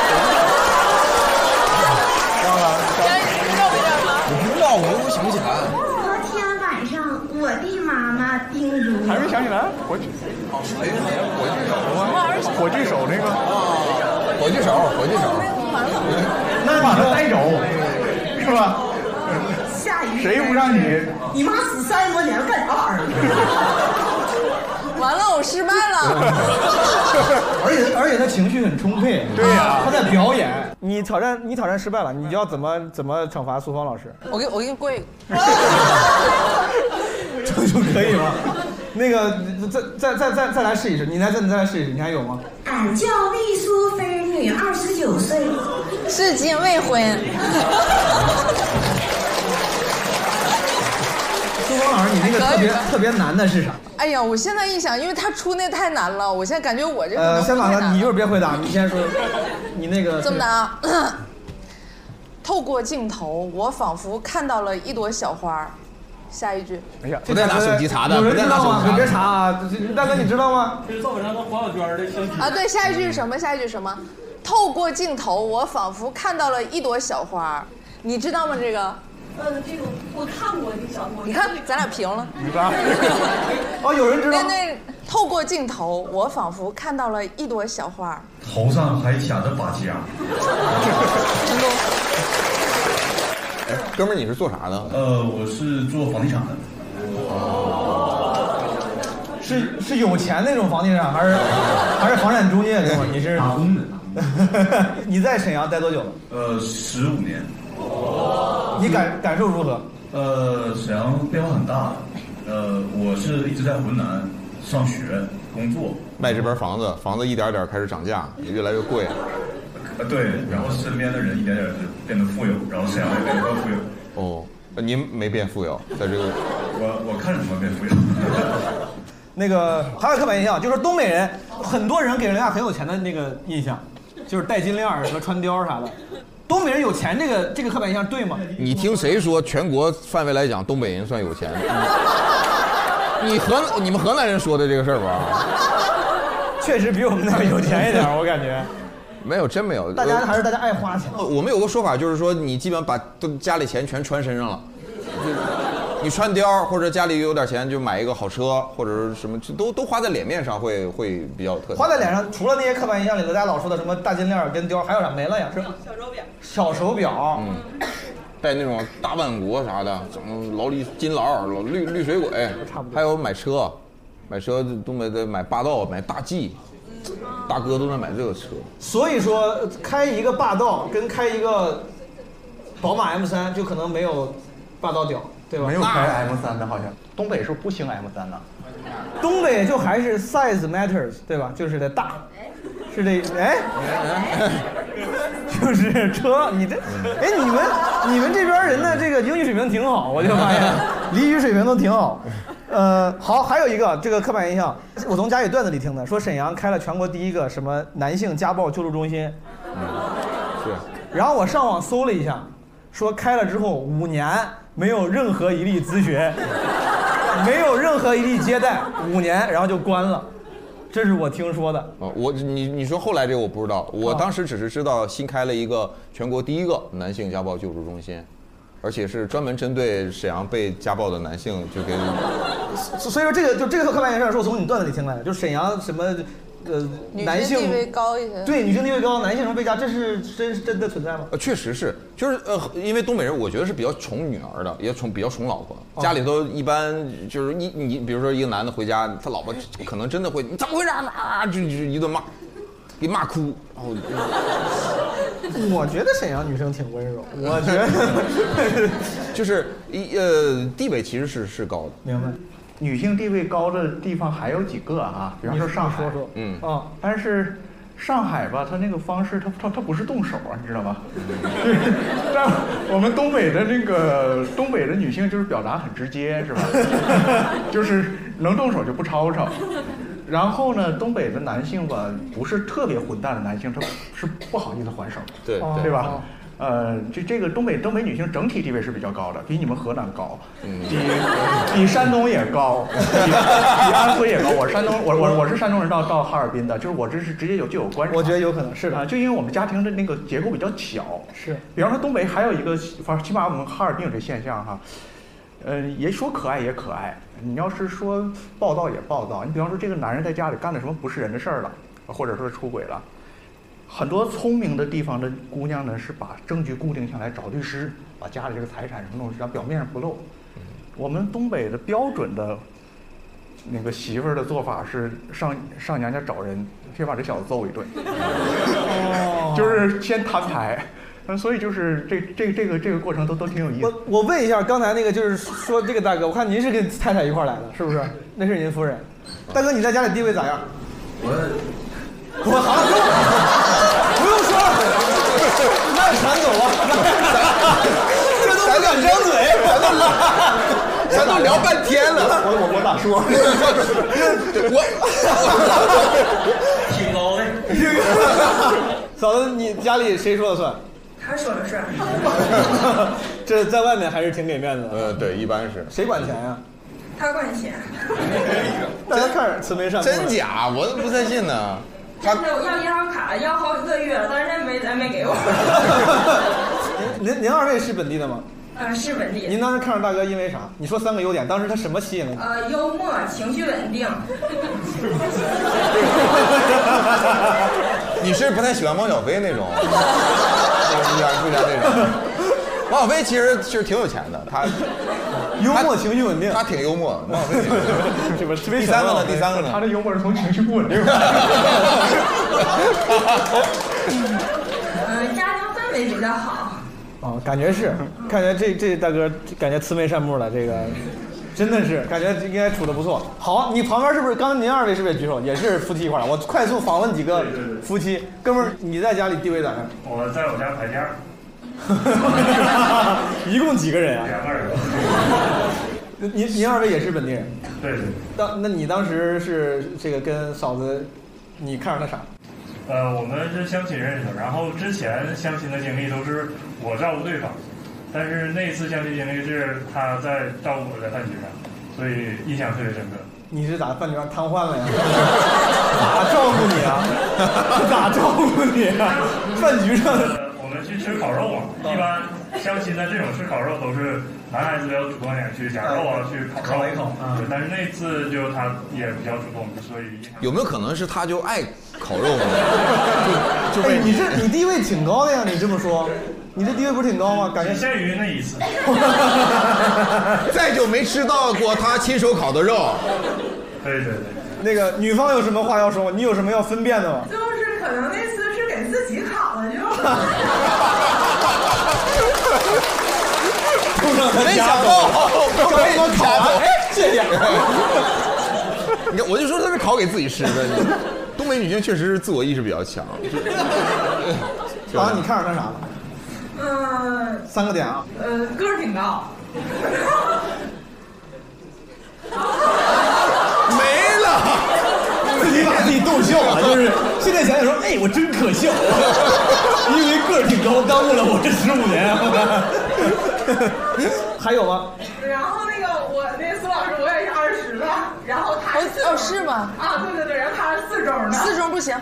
我不知道，我又想不起来。昨天晚上，我的妈妈叮嘱我，还没想起来，火炬，哎，火炬手火炬手那个，火炬手，火炬手，那把他带走，是吧？下雨谁不让你？你妈死三十多年了，干啥玩意完了，我失败了。 而且而且他情绪很充沛，对呀他在表演。你挑战你挑战失败了，你要怎么怎么惩罚苏芳 老师？我给我给你跪。这就可以吗？ 那个再再再再再来试一试，你来再再来试一试，你还有吗？俺叫魏淑芬，女，二十九岁，至今未婚。苏芳老师，你那个可以特别吧特别难的是啥？哎呀，我现在一想，因为他出那太难了，我现在感觉我这可呃，能先不把太它，难你一会儿别回答，你先 说，你那个这么的啊。 透过镜头，我仿佛看到了一朵小花儿。下一句，哎呀不带拿手机查的有人不带知拿道手吗？机查的你别查啊，这大哥你知道吗？这是赵本山和黄小娟的相啊，对，下一句是什么？下一句是什么？透过镜头，我仿佛看到了一朵小花儿，你知道吗？这个，呃，这个我看过这个小 说，你看，咱俩平了。你吧。哦，有人知道那。那透过镜头，我仿佛看到了一朵小花儿。头上还卡着把夹。哎，哥们儿，你是做啥的？呃，我是做房地产的。是是有钱那种房地产，还是还是房产中介那种？你是打工的。 你在沈阳待多久了？呃，十五年。你感感受如何？呃，沈阳变化很大。呃，我是一直在浑南上学、工作。卖这边房子，房子一点点开始涨价，也越来越贵。呃，对，然后身边的人一点点就变得富有，然后沈阳也变得更富有。哦，您没变富有，在这个我我看什么变富有？那个还有刻板印象，就是东北人，很多人给人家很有钱的那个印象，就是戴金链儿什么穿貂儿啥的。东北人有钱这个这个刻板印象对吗？你听谁说全国范围来讲，东北人算有钱？你河你们河南人说的这个事儿吧？确实比我们那儿有钱一点儿，我感觉。没有，真没有。大家还是大家爱花钱。呃我们有个说法，就是说你基本把都家里钱全穿身上了，就你穿貂儿或者家里有点钱就买一个好车或者是什么，就都都花在脸面上会会比较有特点。花在脸上，除了那些刻板印象里头大家老说的什么大金链儿跟貂儿，还有啥没了呀？是小手表。小手表。嗯，戴那种大万国啥的，整劳力金劳、老绿绿水鬼，还有买车，买车东北得买霸道、买大 G，大哥都在买这个车。所以说，开一个霸道跟开一个宝马 M 三，就可能没有霸道屌，对吧？没有开 M 三的，好像东北是不兴 M 三的。 东北就还是 size matters，对吧？就是得大，是得 哎，就是车，你这嗯哎，你们你们这边人的这个英语水平挺好，我就发现 俚语水平都挺好。嗯呃，好，还有一个这个刻板印象，我从家里段子里听的，说沈阳开了全国第一个什么男性家暴救助中心，是，然后我上网搜了一下，说开了之后五年没有任何一例咨询， 没有任何一例接待，五年然后就关了，这是我听说的。啊啊，我你你说后来这个我不知道，我当时只是知道新开了一个全国第一个男性家暴救助中心，而且是专门针对沈阳被家暴的男性就给。所所以说这个就这个刻板印象是我从你段子里听来的，就沈阳什么呃女男性性地位高一些。对女性地位高，男性容易被压，这是真是真的存在吗？ 呃，确实是，就是呃，因为东北人我觉得是比较宠女儿的，也宠比较宠老婆。哦家里头一般就是你你比如说一个男的回家，他老婆可能真的会你怎么回事啊啊，就就一顿骂，给骂哭。哦然后我觉得沈阳女生挺温柔，我觉 得 就是一呃地位其实是是高的，明白。女性地位高的地方还有几个啊，比方说上海，你说说嗯啊，但是上海吧，它那个方式，它它它不是动手啊，你知道吧？嗯 但我们东北的那个东北的女性就是表达很直接，是吧？ 就是能动手就不吵吵。然后呢，东北的男性吧，不是特别混蛋的男性，他是不好意思还手，对哦对对吧？呃，这这个东北东北女性整体地位是比较高的，比你们河南高，比 比山东也高，比比安徽也高。我是山东，我我我是山东人到到哈尔滨的，就是我这是直接有就有关系。我觉得有可能是啊，就因为我们家庭的那个结构比较小，是比方说东北还有一个，反正起码我们哈尔滨有这现象哈，呃，也说可爱也可爱，你要是说暴躁也暴躁。你比方说这个男人在家里干了什么不是人的事儿了，或者说出轨了，很多聪明的地方的姑娘呢是把证据固定下来，找律师把家里这个财产什么东西，然后表面上不露。我们东北的标准的那个媳妇儿的做法是上上娘家找人，先把这小子揍一顿。 就是先摊牌。嗯，所以就是这这这个这个过程都都挺有意思。我我问一下，刚才那个就是说这个大哥，我看您是跟太太一块儿来的，是不是？那是您夫人，大哥，你在家里地位咋样？我我好了，不用说了，那传统啊，这都咱敢张嘴，咱都咱都聊半天了，我我我咋说？我挺高哎的。 嫂子，你家里谁说了算？ 他说 的是，这在外面还是挺给面子的。呃，对，一般是。谁管钱呀、他管钱。 大家看着慈眉善目。啊真假？我都不太信呢。真的，我要银行卡要好几个月了，但是他没没给我。您您您二位是本地的吗？啊呃，是本地。您当时看上大哥因为啥？你说三个优点，当时他什么吸引了你？呃，幽默，情绪稳定。 你是不太喜欢汪小菲那种，一点不像那种。汪小菲其实是挺有钱的，他幽默情绪稳定，他挺幽默。汪小菲挺幽默，这不 是第三个呢？第三个他呢？的幽默是从情绪不稳定。嗯 呃，家庭氛围 比较好。哦，感觉是，感觉这这大哥感觉慈眉善目的，这个 真的是感觉应该处的不错。好，你旁边是不是？刚才您二位是不是也举手？也是夫妻一块儿的？我快速访问几个夫妻，哥们儿，你在家里地位咋样？ 我在我家排面儿，一共几个人啊？两个人。您您二位也是本地人？对对。当那你当时是这个跟嫂子，你看上她啥？呃，我们是相亲认识的，然后之前相亲的经历都是我照顾对方，但是那次相亲经历是他在照顾我在饭局上，所以印象特别深 刻。你是咋饭局上瘫痪了呀？ 咋照顾你啊？ 咋照顾你啊？饭局上呃我们去吃烤肉嘛，一般相亲的这种吃烤肉都是男孩子比较主动一点去夹肉啊，去烤肉。烤一烤嗯对但是那次就他也比较主动，所以印象。有没有可能是他就爱烤肉呢？ 就哎，你这你地位挺高的呀，你这么说，你这地位不是挺高吗？感觉仅限于那一次。 再就没吃到过他亲手烤的肉。对对对。那个女方有什么话要说吗？你有什么要分辨的吗？ 嗯就是可能那次是给自己烤的，就。没想到， 刚说烤完哎谢谢。 你看，我就说他是烤给自己吃的。东北女性确实是自我意识比较强。然后你看上他啥了？嗯、三个点啊。呃，个儿挺高。没了，自己把自己逗笑了，就是现在想想说，哎，我真可 笑，因为个儿挺高，耽误了我这十五 年啊。还有吗？然后那个我那苏老师，我也是二十的，然后他是哦是吗？啊，对对对，然后他是四中的，四中不行。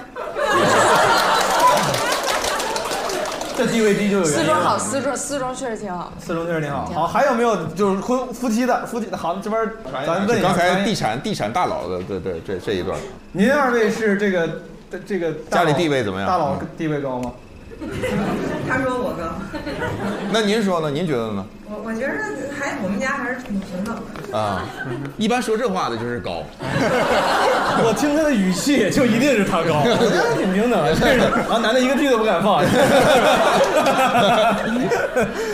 这地位低就有原因四了中好，四中四中确实挺好。四中确实挺好。好，还有没有就是婚夫妻的夫妻的？啊好，这边咱问一下刚才地产地产大佬的对对这这一段，您二位是这个这个大佬家里地位怎么样大佬地位高吗？他说我高，那您说呢？您觉得呢？我我觉得还我们家还是挺平等的。啊，一般说这话的就是高。我听他的语气就一定是他 高，我觉得挺平等的， 真是。然后男的一个屁都不敢放。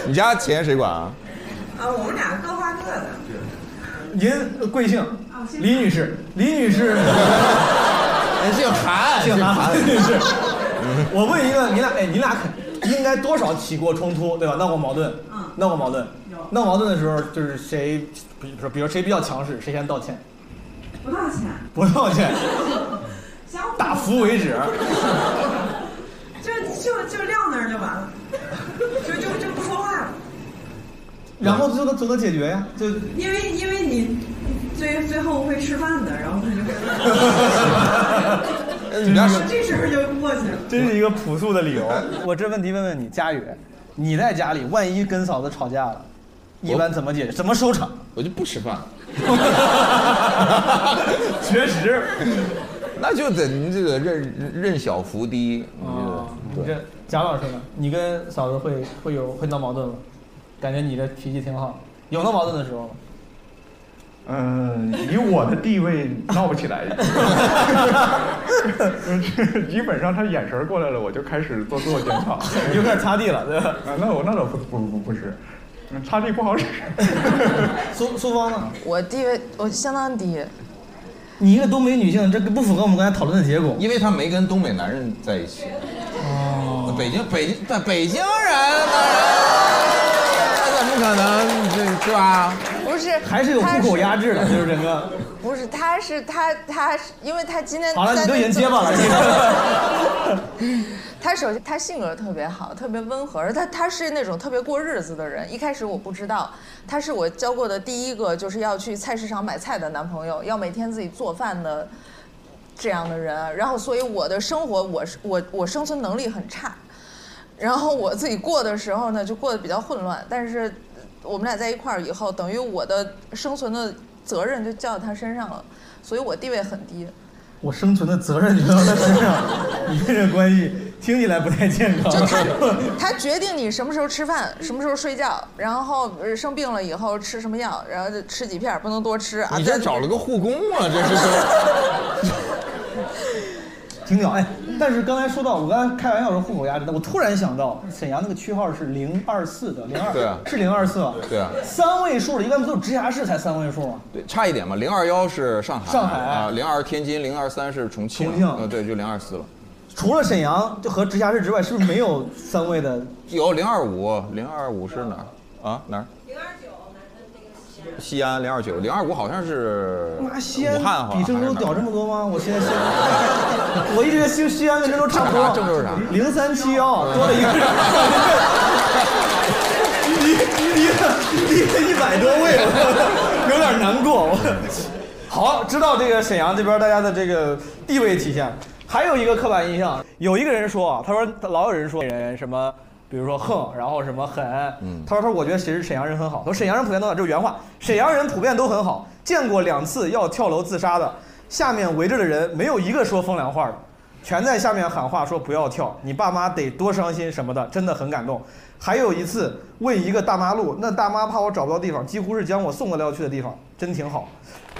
你家钱谁管啊？啊，我们俩各花各的。您呃贵姓？李女士，李女士，姓韩，姓韩，李女士。我问一个，你俩，哎，你俩肯应该多少起过冲突，对吧？闹过矛盾，闹过矛盾，闹矛盾的时候就是谁，比如比如谁比较强势，谁先道歉，不道歉，不道歉，相互打服为止。 就就就撂那儿就完了，就 就就不说话了。然后就能就能解决呀，就 因为因为你最最后会吃饭的，然后你就你家是这事儿就过去了。真是一个朴素的理 由。我这问题问问你，佳宇，你在家里万一跟嫂子吵架了，一般怎么解决？怎么收场？我就不吃饭。确实，那就得你这个任任小福低。啊， 你这贾老师呢？你跟嫂子会会有会闹矛盾吗？感觉你这脾气挺好，有闹矛盾的时候吗？嗯，以我的地位闹不起来， 基本上他眼神儿过来了，我就开始做自我检讨， 你就开始擦地了，对吧？啊，那我那倒不不不不是，嗯擦地不 好使。苏苏芳呢？我地位我相当低，你一个东北女性，这个不符合我们刚才讨论的结果。因为她没跟东北男人在一起。哦。北京北京但北京人当然，那怎么可能？这是吧？不是还是有户口压制的，他就是整个。不是，他是他他是，因为他今天好了，在你都那已经结巴了，你他首先他性格特别好，特别温和，而他他是那种特别过日子的人。一开始我不知道，他是我交过的第一个就是要去菜市场买菜的男朋友，要每天自己做饭的这样的人。然后，所以我的生活，我是我我生存能力很差。然后我自己过的时候呢，就过得比较混乱。但是我们俩在一块儿以后，等于我的生存的责任就交到他身上了，所以我地位很低。我生存的责任就到他身上， 你跟这关系听起来不太健康。就他他决定你什么时候吃饭，什么时候睡觉，然后呃生病了以后吃什么药，然后就吃几片，不能多吃 啊。你这但找了个护工啊，这是 都。 挺屌哎！但是刚才说到，我刚才开玩笑说户口压制，但我突然想到，沈阳那个区号是零二四的，零二对啊是零二四吧？对啊三位数的，一般不都是直辖市才三位数吗？对，差一点嘛，零二幺是上海，上海啊，零二天津，零二三是重庆，重庆呃，对，就零二四了。除了沈阳就和直辖市之外，是不是没有三位的？有零二五，零二五是哪儿啊？哪儿？零二九，西安零二九，零二五好像是妈，西武汉安好比像郑还州是哪儿屌这么多吗？我现在西安， 我一直觉得西西安跟郑州差不多。郑州是啥零三七幺，多了一 个人。离离离了一百多位，我 有点难过。我好，知道这个沈阳这边大家的这个地位体现。还有一个刻板印象，有一个人说啊，他说老有人说人什么，比如说横，然后什么狠。他说他说我觉得其实沈阳人很好。他说沈阳人普遍都很好，这是原话，沈阳人普遍都很好。见过两次要跳楼自杀的，下面围着的人没有一个说风凉话的。全在下面喊话说不要跳，你爸妈得多伤心什么的，真的很感动。还有一次问一个大妈路，那大妈怕我找不到地方，几乎是将我送得了去的地方，真挺好。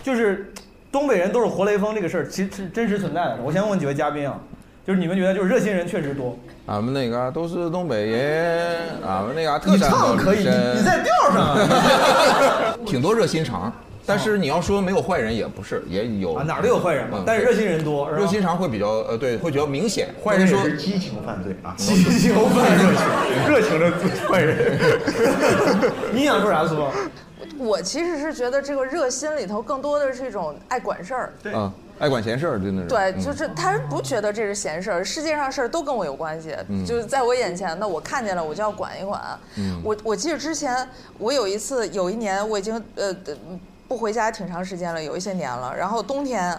就是东北人都是活雷锋这个事儿，其实是真实存在的。我先问几位嘉宾啊，就是你们觉得就是热心人确实多，俺们那个都是东北人，俺们那个特你产唱都是可以，你真你在调上啊。 挺多热心肠，但是你要说没有坏人也不是，也有嗯啊哪儿都有坏人嘛但是热心人多是吧热心肠会比较呃对，会比较明显。坏人说是激情犯罪啊，激情哦犯罪，热情的坏人。 你想说啥，苏芳？我其实是觉得这个热心里头更多的是一种爱管事儿。啊，爱管闲事儿，真的是。对，嗯就是他不觉得这是闲事儿，世界上事儿都跟我有关系，嗯就是在我眼前的，我看见了我就要管一管。啊嗯我我记得之前我有一次有一年我已经呃呃不回家挺长时间了，有一些年了。然后冬天，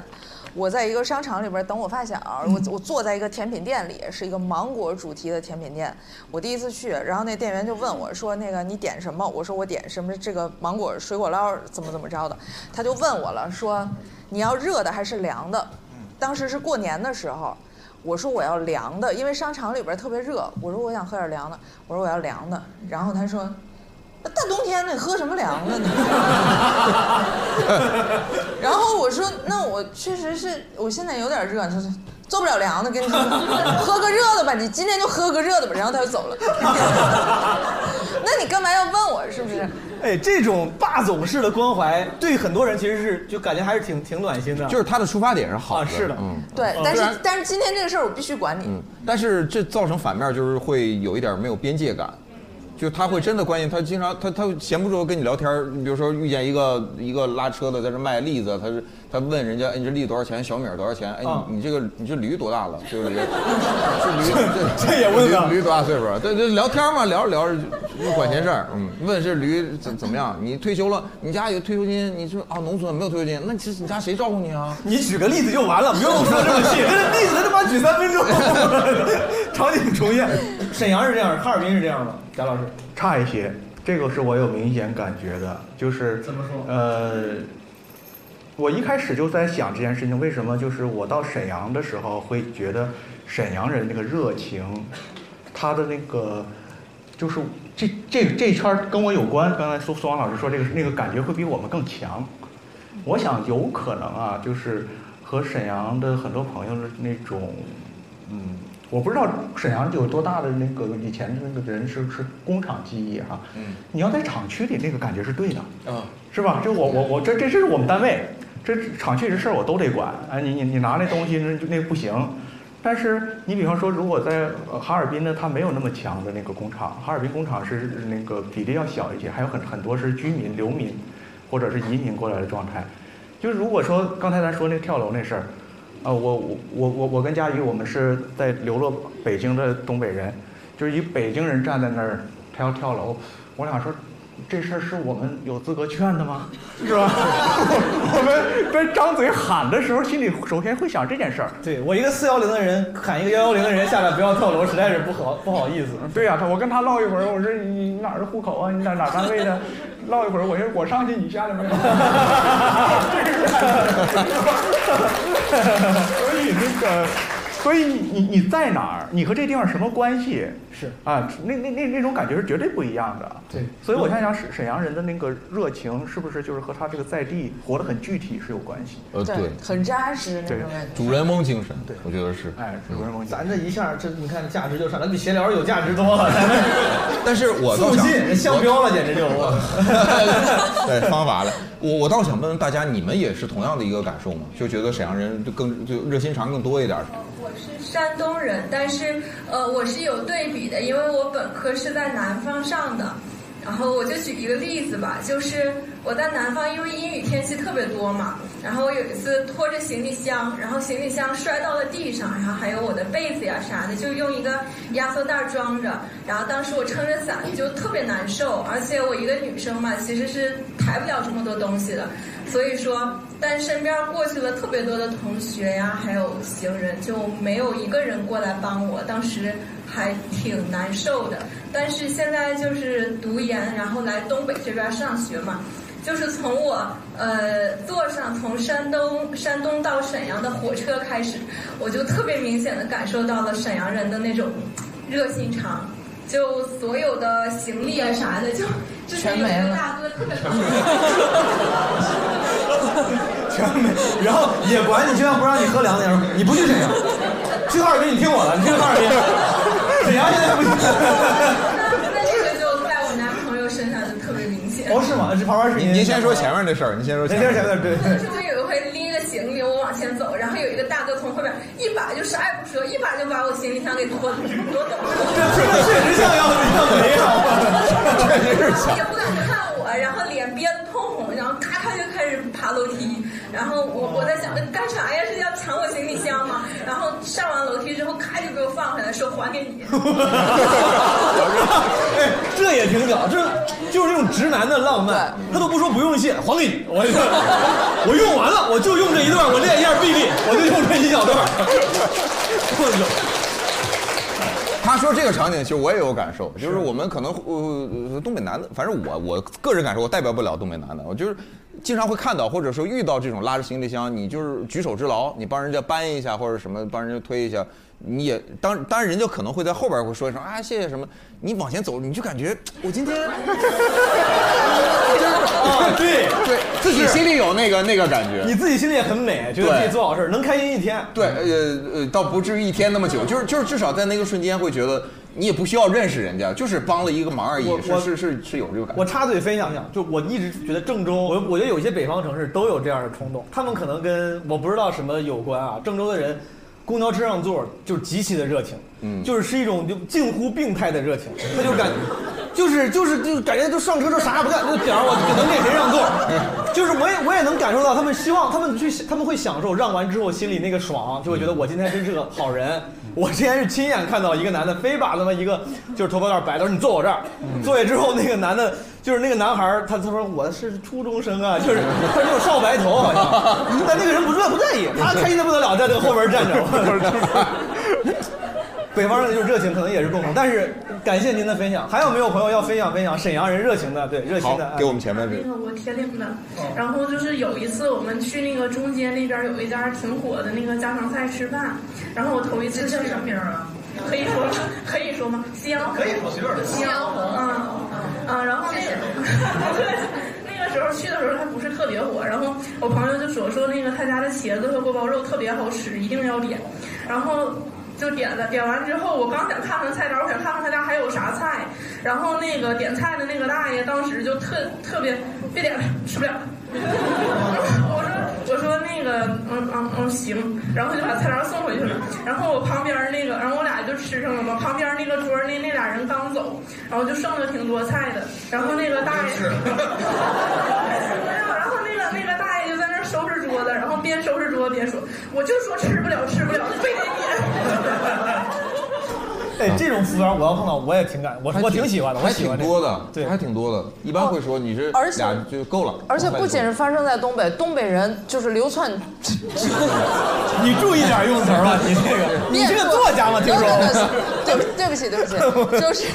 我在一个商场里边等我发小，我我坐在一个甜品店里，是一个芒果主题的甜品店。我第一次去，然后那店员就问我说：“那个你点什么？”我说：“我点什么这个芒果水果捞怎么怎么着的。”他就问我了，说：“你要热的还是凉的？”当时是过年的时候，我说我要凉的，因为商场里边特别热。我说我想喝点凉的，我说我要凉的。然后他说：“那大冬天的你喝什么凉的呢？”然后我说：“那我确实是我现在有点热。”他说：“做不了凉的，跟你说， 喝个热的吧，你今天就喝个热的吧。”然后他就走了。 那你干嘛要问我是不是？哎，这种霸总式的关怀，对很多人其实是就感觉还是挺挺暖心的。就是他的出发点是好的，啊是的嗯，哦对，啊但是但是今天这个事儿我必须管你。嗯，但是这造成反面就是会有一点没有边界感，就他会真的关心他，经常他他闲不住跟你聊天儿，你比如说遇见一个一个拉车的在这卖栗子，他是他问人家，哎你这栗子多少钱？小米儿多少钱？哎啊你你这个你这驴多大了？就是 驴，这这也问驴的驴多大岁数啊？对对，聊天嘛，聊着聊着就就管闲事儿，嗯，问这驴怎怎么样？你退休了，你家有退休金？你说啊，农村没有退休金，那其实你家谁照顾你啊？你举个例子就完了，不用说这 么细，这例子他妈举三分钟， 场景重现。沈阳是这样，哈尔滨是这样的， 贾老师。差一些，这个是我有明显感觉的，就是怎么说？呃，我一开始就在想这件事情，为什么就是我到沈阳的时候会觉得沈阳人那个热情，他的那个就是这这这圈儿跟我有关。刚才苏苏王老师说这个那个感觉会比我们更强，我想有可能啊，就是和沈阳的很多朋友的那种，嗯，我不知道沈阳有多大的那个以前的那个人是是工厂记忆哈、嗯，你要在厂区里那个感觉是对的，啊，是吧？这我我我这这这是我们单位，这厂区这事儿我都得管。哎，你你你拿那东西那就那不行。但是你比方说，如果在呃哈尔滨呢，它没有那么强的那个工厂，哈尔滨工厂是那个比例要小一些，还有很很多是居民、流民或者是移民过来的状态。就是如果说刚才咱说那跳楼那事儿，啊，我我我我我跟佳宇，我们是在流落北京的东北人，就是一北京人站在那儿，他要跳楼，我俩说，这事儿是我们有资格劝的吗？ 是吧？我们在张嘴喊的时候，心里首先会想这件事儿。对我一个四幺零的人喊一个幺幺零的人下来不要跳楼，实在是不好不好意思。对呀、他我跟他唠一会儿，我说你你哪儿的户口啊？你哪哪单位的？唠一会儿，我说我上去，你下来没有？ 所以那个，所以你你你在哪儿？你和这地方什么关系？是啊，那那那那种感觉是绝对不一样的。对，所以我想想沈沈阳人的那个热情，是不是就是和他这个在地活得很具体是有关系？呃，对，很扎实那种感觉。主人翁精神，对，我觉得是，哎，主人翁咱这一下，这你看价值就上，咱比闲聊有价值多 了。咱们但是我倒促想进我项标了，简直就我。对方法了。我我倒想问问大家，你们也是同样的一个感受吗？就觉得沈阳人就更就热心肠更多一点儿？我是山东人，但是呃，我是有对比的，因为我本科是在南方上的。然后我就举一个例子吧，就是我在南方，因为阴雨天气特别多嘛，然后我有一次拖着行李箱，然后行李箱摔到了地上，然后还有我的被子呀啥的，就用一个压缩袋装着。然后当时我撑着伞就特别难受，而且我一个女生嘛，其实是抬不了这么多东西的，所以说，但身边过去了特别多的同学呀，还有行人，就没有一个人过来帮我，当时还挺难受的。但是现在就是读研，然后来东北这边上学嘛，就是从我呃坐上从山东山东到沈阳的火车开始，我就特别明显的感受到了沈阳人的那种热心肠。就所有的行李啊啥的，就就是有全一没个了大哥 特别 全没，然后也管你，就像不让你喝凉的一样，你不去沈阳，去哈尔滨，你听我的，你去哈尔滨，沈阳现在不行。 那这个就在我男朋友身上就特别明显。哦，是吗？这旁边是您您先说前面的事儿，您先说您前面先说前面对就是我有一回拎着行李我往前走，然后有一个大哥从后面一把就啥也不说，一把就把我行李箱给拖走了。这确实像要要没有，确实像。也不敢看我，然后脸憋得通红，然后咔咔就开始爬楼梯。然后我我在想干啥呀？是要抢我行李箱吗？然后上完楼梯之后，咔就给我放回来，说还给你。哎，这也挺屌，这就是那种直男的浪漫，他都不说不用谢，还给你，我就我用完了，我就用这一段，我练一下臂力，我就用这一小段。 我操！ 他说这个场景，其实我也有感受，就是我们可能呃东北男的，反正我我个人感受，我代表不了呃东北男的，我就是经常会看到或者说遇到这种拉着行李箱，你就是举手之劳，你帮人家搬一下或者什么，帮人家推一下，你也当当然人家可能会在后边会说一声啊谢谢什么，你往前走你就感觉我今天啊，对哦对，自己心里有那个那个感觉，你自己心里也很美，觉得自己做好事儿，能开心一天。对，呃呃，倒不至于一天那么久，就是就是至少在那个瞬间会觉得你也不需要认识人家，就是帮了一个忙而已我，我是是是是有这个感觉。我插嘴分享一下，就我一直觉得郑州，我我觉得有一些北方城市都有这样的冲动，他们可能跟我不知道什么有关啊。郑州的人，公交车上座就是极其的热情，嗯就是是一种就近乎病态的热情，他就感。就是就是就感觉就上车就啥也不干，就想我能给谁让座，就是我也我也能感受到他们希望他们去他们会享受让完之后心里那个爽，就会嗯觉得我今天真是个好人。我之前是亲眼看到一个男的非把他妈一个就是头发有点白的说你坐我这儿，嗯 坐下之后那个男的，就是那个男孩儿他他说我是初中生啊，就是他是有少白头好 像，但那个人不在不在意，他开心的不得了，在这个后边站着。 北方人就是热情，可能也是共同。但是感谢您的分享，还有没有朋友要分享分享沈阳人热情的？对，热情的。哎好给我们前面这个那个我铁岭的，哦然后就是有一次我们去那个中间那边有一家挺火的那个家常菜吃饭，然后我头一次叫什么名啊？可以说吗？可以说吗？夕阳红。哦可以说随便说夕阳红，嗯哦嗯，然后那个，对， 那个时候去的时候还不是特别火，然后我朋友就说说那个他家的茄子和锅包肉特别好吃，一定要点，然后。就点了，点完之后，我刚想看看菜单，我想看看他家还有啥菜。然后那个点菜的那个大爷当时就特特别，别点了，吃不了。我说我说那个嗯嗯嗯行，然后就把菜单送回去了。然后我旁边那个，然后我俩就吃上了嘛。旁边那个桌那那俩人刚走，然后就剩了挺多菜的。然后那个大爷，没有，然后那个那个大爷就在那儿收拾桌子，然后边收拾桌子边说，我就说吃不了吃不了，非得点。哎，这嗯种服务员我要碰到我也挺感，我我挺喜欢的，我还喜挺欢这多个。的，对，还挺多的。一般会说你是哦而且俩就够了，而且不仅是发生在东北，东北人就是流窜，你注意点用词儿吧，你这个，你这个作家吗？听说？ 对不对不起对不起，就是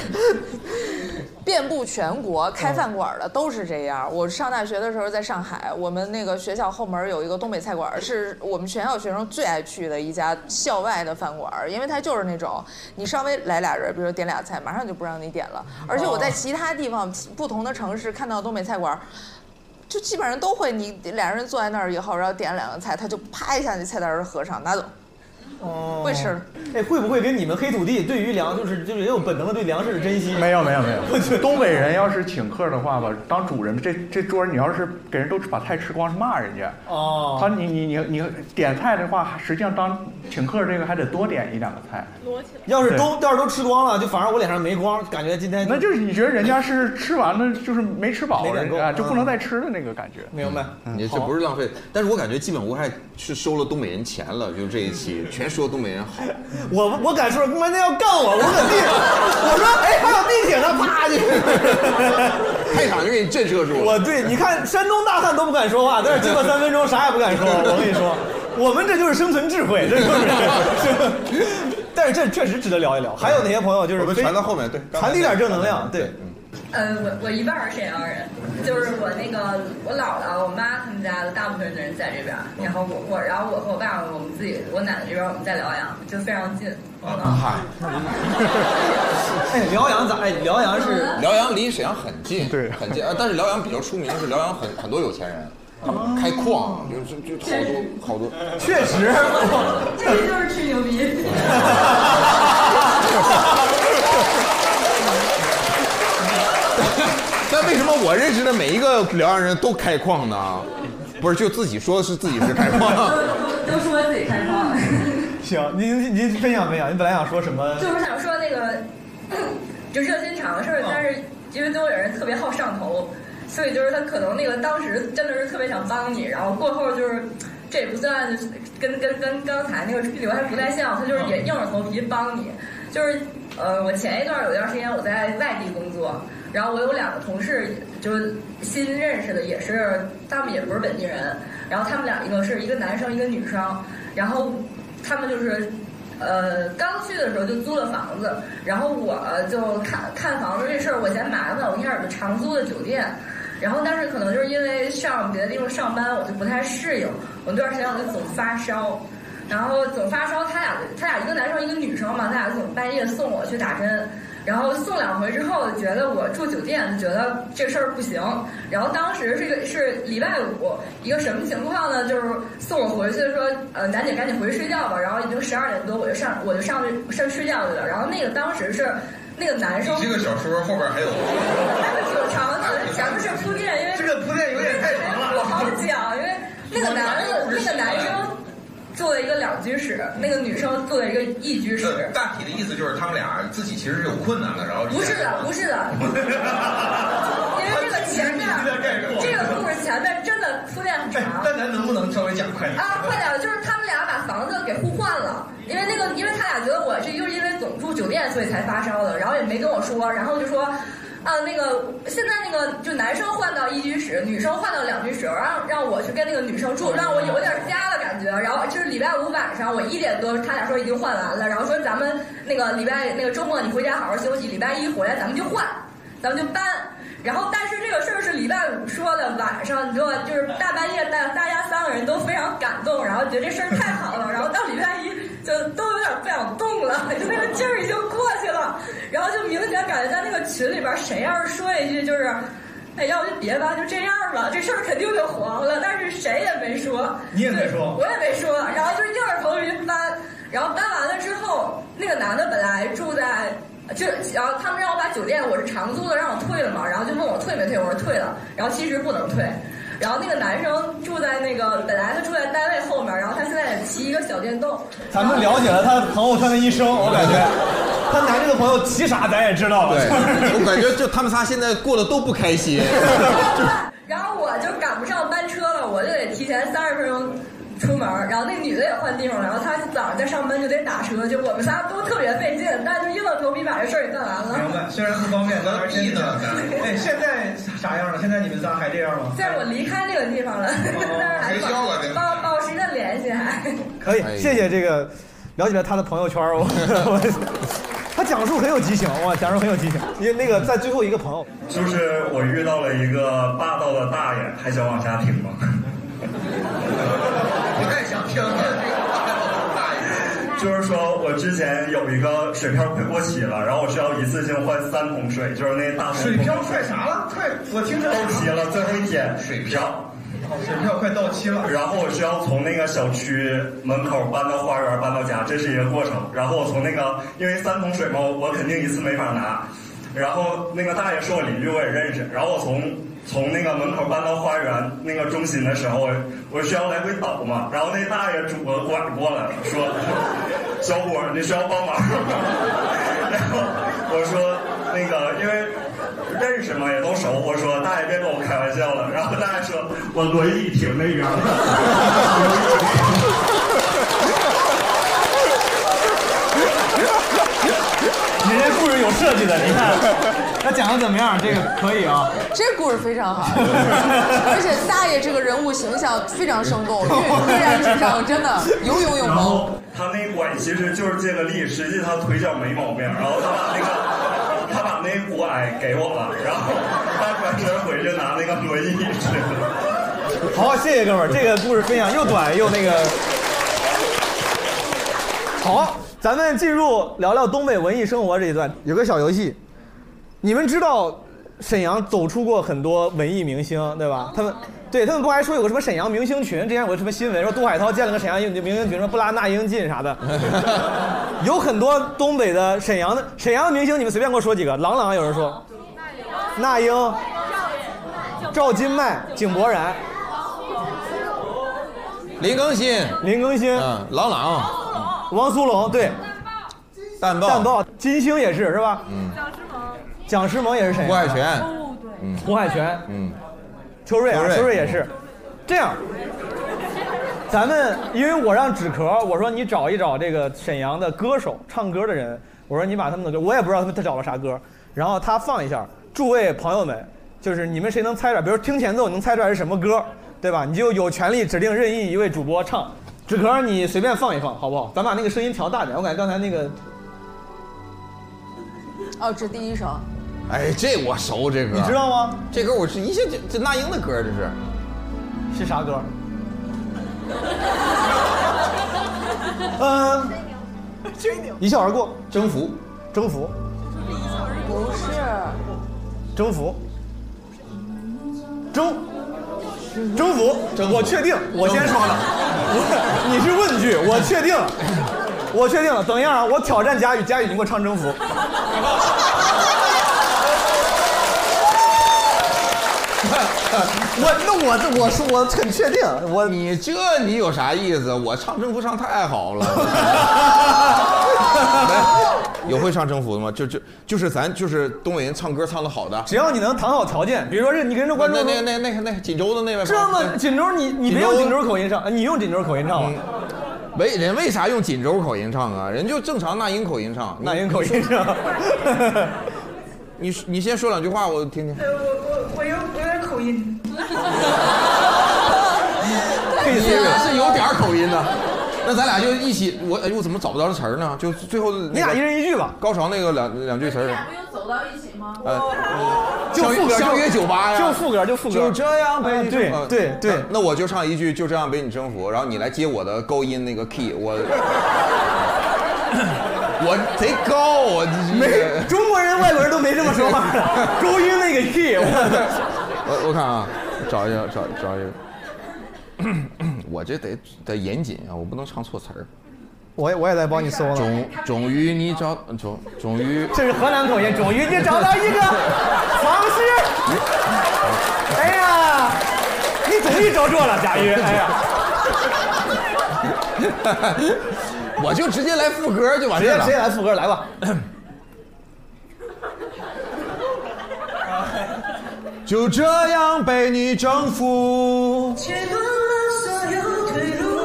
遍布全国，开饭馆的都是这样。我上大学的时候在上海，我们那个学校后门有一个东北菜馆，是我们全校学生最爱去的一家校外的饭馆，因为它就是那种你稍微来俩人，比如说点俩菜，马上就不让你点了。而且我哦在其他地方、不同的城市看到东北菜馆。就基本上都会，你俩人坐在那儿以后，然后点两个菜，他就啪一下，那菜单儿合上拿走。哦会吃。哎，会不会跟你们黑土地对于粮就是就是也有本能的对粮食的珍惜？没有没有 没有，东北人要是请客的话吧，当主人这这桌你要是给人都把菜吃光是骂人家。哦他你你你你点菜的话，实际上当请客这个还得多点一两个菜。摞起来。要是都要是都吃光了，就反正我脸上没光，感觉今天那就是你觉得人家是吃完了就是没吃饱，没点人够家就不嗯能再吃的那个感嗯觉。嗯明白？嗯你这不是浪费，但是我感觉基本无害是收了东北人钱了，就这一期全说东北人好。我我敢说，关键要干我，我搁地上，我说哎，还有地铁呢，啪 就，开场就给你震慑住了。我对，你看山东大汉都不敢说话，但是经过三分钟啥也不敢说。我跟你说，我们这就是生存智慧，这就是。 是但是这确实值得聊一聊。还有哪些朋友就是我们非传到后面对传递点正能量，对。呃，我我一半儿是沈阳人，就是我那个我姥姥、我妈他们家的大部分的人在这边儿，然后我我然后我和我爸我们自己我奶奶这边儿我们在辽阳，就非常近。嗯 嗨， 哎，辽阳咋？哎，辽阳是 辽阳离沈阳很近，对，很近。啊但是辽阳比较出名是辽阳很很多有钱人，他们开矿，就是就好多好多。 确 实，这个就是吹牛逼。但为什么我认识的每一个辽阳人都开矿呢？不是，就自己说是自己是开矿。都说自己开放了。 行，您您分享分享，您本来想说什么？就是我想说那个，就热心肠的事儿，但是因为都有人特别好上头，所以就是他可能那个当时真的是特别想帮你，然后过后就是这也不算跟跟跟刚才那个流还不太像，他就是也硬着头皮帮你，就是呃，我前一段有一段时间我在外地工作。然后我有两个同事，就是新认识的，也是他们也不是本地人，然后他们俩一个是一个男生一个女生，然后他们就是。呃，刚去的时候就租了房子，然后我就看看房子这事儿，我嫌麻烦，我一开始就长租的酒店，然后但是可能就是因为上别的地方上班，我就不太适应，我那段时间我就总发烧，然后总发烧，他俩他俩一个男生一个女生嘛，他俩总半夜送我去打针，然后送两回之后，觉得我住酒店，觉得这事儿不行。然后当时这个是礼拜五，一个什么情况呢？就是送我回去说，呃，楠姐赶紧回去睡觉吧。然后已经十二点多，我就上我就上去上睡觉去了。然后那个当时是那个男生，这个小说后边还有，挺长的，咱们是铺垫，因为这个铺垫有点太长了，不好讲，因为那个男的，那个男生坐在一个两居室，那个女生坐在一个一居室。那大体的意思就是他们俩自己其实是有困难的，然后不是的，不是 的，因 为这个前面这个故事前面真的铺垫很长。哎但咱能不能稍微讲快点？啊，快点儿！就是他们俩把房子给互换了，因为那个，因为他俩觉得我这就是因为总住酒店，所以才发烧的，然后也没跟我说，然后就说。啊，那个现在那个就男生换到一居室，女生换到两居室，让让我去跟那个女生哦住，让我有点家的感觉。然后就是礼拜五晚上，我一点多，他俩说已经换完了，然后说咱们那个礼拜那个周末你回家好好休息，礼拜一回来咱们就换，咱们就搬。然后，但是这个事儿是礼拜五说的，晚上你知道吧，就是大半夜大大家三个人都非常感动，然后觉得这事儿太好了，然后到礼拜一就都有点不想动了，就那个劲儿已经过去了，然后就明显感觉在那个群里边，谁要是说一句就是。哎，要不就别吧，就这样吧，这事儿肯定就黄了。但是谁也没说，你也没说我也没说。然后就硬着头皮搬，然后搬完了之后，那个男的本来住在就，然后他们让我把酒店我是长租的，让我退了嘛，然后就问我退没退，我说退了，然后其实不能退。然后那个男生住在那个本来他住在单位后面，然后他现在也骑一个小电动，咱们了解了他朋友圈的一生，我感觉他男这个朋友骑啥咱也知道了。对， 我感觉就他们仨现在过得都不开心。然后我就赶不上班车了，我就得提前三十分钟出门儿。然后那个女的也换地方了，然后她早上在上班就得打车，就我们仨都特别费劲，但就硬着头皮把这事儿给办完了。明白，虽然不方便，但是真的。 哎，现在啥样了？现在你们仨还这样吗？但是我离开那个地方了，但是还保保持着联系还。可以，哎谢谢这个，了解了他的朋友圈，我 我他讲述很有激情，哇，讲述很有激情。因为那个在最后一个朋友，就是我遇到了一个霸道的大爷，还想往下听吗？不太想听就是说我之前有一个水漂快过期了，然后我需要一次性换三桶水，就是那大水水漂快啥了？快，我听着到期了，最后一天水漂。水票快到期了，然后我需要从那个小区门口搬到花园，搬到家，这是一个过程。然后我从那个，因为三桶水嘛，我肯定一次没法拿。然后那个大爷是我邻居，我也认识。然后我从从那个门口搬到花园那个中心的时候，我需要来回倒嘛。然后那大爷拄个拐过来说：“ 小伙儿，你需要帮忙 吗？”然后我说：“那个，因为认识嘛，也都熟。”我说：“大爷，别跟我开玩笑了。”然后大爷 说：“我轮椅停那边儿 你这故事有设计的，你看 他讲的怎么样？这个可以啊。这故事非常好， 而且大爷这个人物形象非常生动，跃跃然纸上，真的啊有勇有然谋。后他那拐其实就是借个力，实际他腿脚没毛病。然后他把那个他把那拐给我了，然后他转身回去拿那个轮椅去了。好，谢谢哥们儿，这个故事分享又短又那个。好，咱们进入聊聊东北文艺生活这一段，有个小游戏，你们知道沈阳走出过很多文艺明星，对吧？他们对他们不还说有个什么沈阳明星群？之前有个什么新闻说杜海涛建了个沈阳明星群，说不拉那英进啥的。有很多东北的沈阳的沈阳的明星，你们随便给我说几个。郎朗有人说，那英、赵今麦、井柏然、林更新，林更新，嗯，郎朗，王苏泷，对，蛋豹，蛋豹，金星也是是吧？嗯，蒋诗萌也是沈阳的，胡海泉嗯，胡海泉，嗯，邱瑞啊邱，瑞邱瑞也是，这样。咱们因为我让纸壳，我说你找一找这个沈阳的歌手唱歌的人，我说你把他们的歌，我也不知道他们他找了啥歌，然后他放一下，诸位朋友们，就是你们谁能猜出来，比如听前奏你能猜出来是什么歌，对吧？你就有权利指定任意一位主播唱。纸壳，你随便放一放，好不好？咱把那个声音调大点，我感觉刚才那个，哦，这第一首，哎，这我熟这歌，你知道吗？这歌我是一下就这那英的歌，这是是啥 歌？呃嗯，吹牛，一笑而过，征服，征服，不 是，征服，征，征服，我确定，我先说了，我你是问句，我确定了，我确定了。等一下啊，我挑战佳宇，佳宇你给我唱征服。我那我这我说我很确定，我你这你有啥意思？我唱征服唱太好 了。哎有会唱征服的吗？就就就是咱就是东北人唱歌唱的好的，只要你能谈好条件，比如说是你跟着观众那那那那那那锦州的那位朋友，这么锦州你你别用锦州口音唱，你用锦州口音唱吧。没人嗯为啥用锦州口音唱啊？人就正常那英口音唱，那英口音唱。你你先说两句话，我听听。我我有我有点口 音，你这啊个是有点儿口音的。那咱俩就一起，我哎呦，我怎么找不着这词儿呢？就最后你你俩一人一句吧。高潮那个两两句词儿，不就走到一起吗？呃，就相约副歌就相约 酒吧呀，就副歌就副歌就这样呗。嗯对呃对对那那我就唱一句，就这样被你征服，然后你来接我的高音那个 key，我 我贼高，我没中国人、外国人都没这么说话的， 高音那个 key，我我我看啊，找一个找找一个，我这得得严谨啊，我不能唱错词儿。我也我也在帮你搜呢。终终于你找终终于，这是河南口音，终于你找到一个方式。哎呀，你终于找着了，佳宇。哎呀， 我就直接来副歌就完直事接儿直了。接来副歌来吧。 就这样被你征服，切断了所有退路。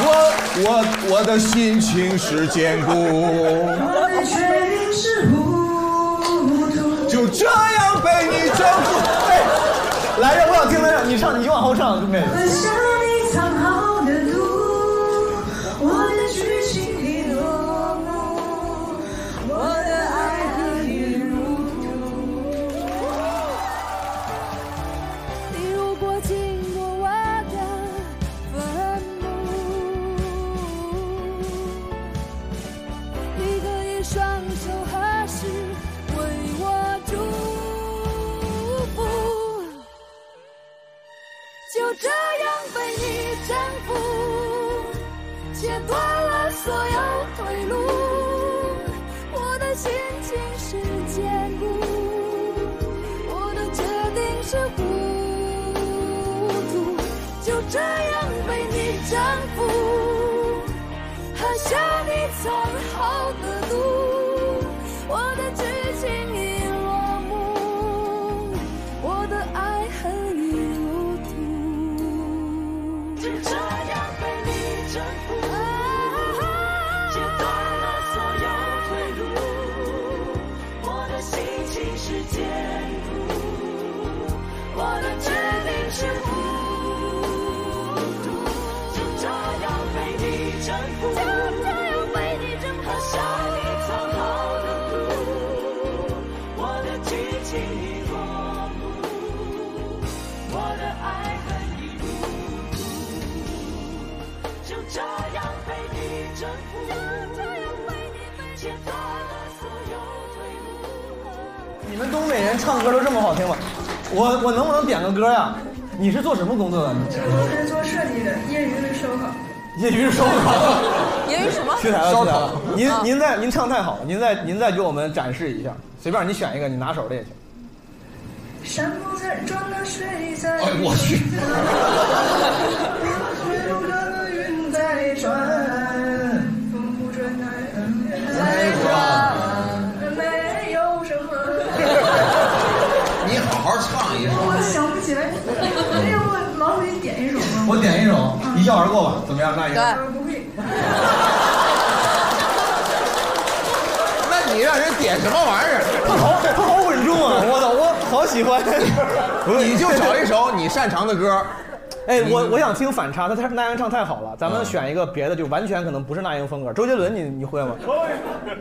我我我的心情是坚固。我的确定是糊涂。就这样被你征服。哎，来着，我想听的，你唱，你往后唱，妹妹。分享你藏好的毒，我的剧情已落幕，我的爱恨已入土。你如果经过我的坟墓，你可以双手合十为我祝福，就这样被你征服，切断了所有退路，我的心情是坚固。我的决定是糊涂，就这样被你征服，喝下你藏好的毒，我的剧情已落幕，我的爱恨已入土，就这样被你征服，切断了所有退路，我的心情是坚固。我的决定是糊涂，就这样被你征服，就这样被你征服，喝下你藏好的毒，我的剧情已落幕，我的爱恨已入土，就这样被你征服，就这样被你切断了所有退路。你们东北人唱歌都这么好听吗？我我能不能点个歌呀？你是做什么工作的？我是做设计的，业余的烧烤。业余烧烤。业余什么？去台了，烧去台了烤。您啊您在您唱太好了，您再您再给我们展示一下，随便你选一个，你拿手的也行。山不在，转了水在。哎我去水中看了云在转，风不转来在转，没有什么。你好好唱一首。 我想不起来，哎呀，我老给你点一首吗？我点一首《一笑而过》吧，怎么样？那不会。那你你让人点什么玩意儿？他好他好稳重啊！我操，我好喜欢。你就找一首你擅长的歌。 哎，我我想听反差，他他那英唱太好了，咱们选一个别的，就完全可能不是那英风格。周杰伦你，你会吗？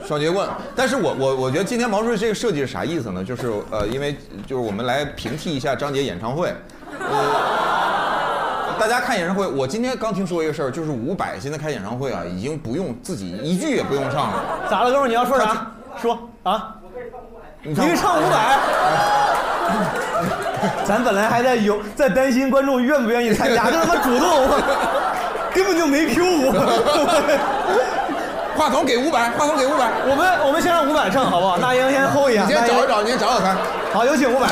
双截棍。但是我我我觉得今天毛主席这个设计是啥意思呢？就是呃，因为就是我们来平替一下张杰演唱会。呃，大家看演唱会，我今天刚听说一个事儿，就是伍佰现在开演唱会啊，已经不用自己一句也不用唱了。咋了，哥们儿？你要说啥？说啊？你可以唱伍佰。咱本来还在有在担心观众愿不愿意 参加，这他妈主动，我根本就没 Q 我。 话筒给伍佰，话筒给伍佰。我们我们先让伍佰唱好不好？那英先 hold 一下。你先那英找一找，你先找找看。好，有请伍佰。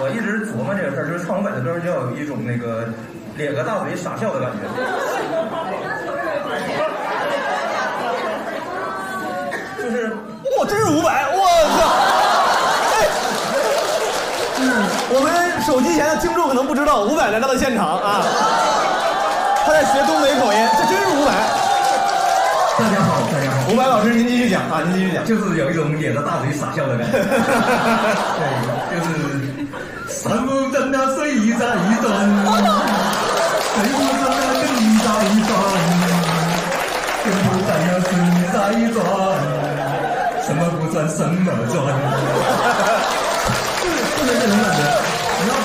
我一直琢磨这个事儿，就是唱伍佰的歌要有一种那个咧个大嘴傻笑的感觉。就是哇，真是伍哎佰，我操！嗯，我们手机前的听众可能不知道，伍佰来到了现场啊，他在学东北口音，这真是伍佰。大家好，大家好，伍佰老师，您继续讲啊，您继续讲。就是有一种咧着大嘴傻笑的感觉。 对，就是山风灯啊，水一盏一盏，水不灯啊，灯一盏一盏，灯不盏啊，水一盏一盏，什么不转什么转。就是这种感觉，你要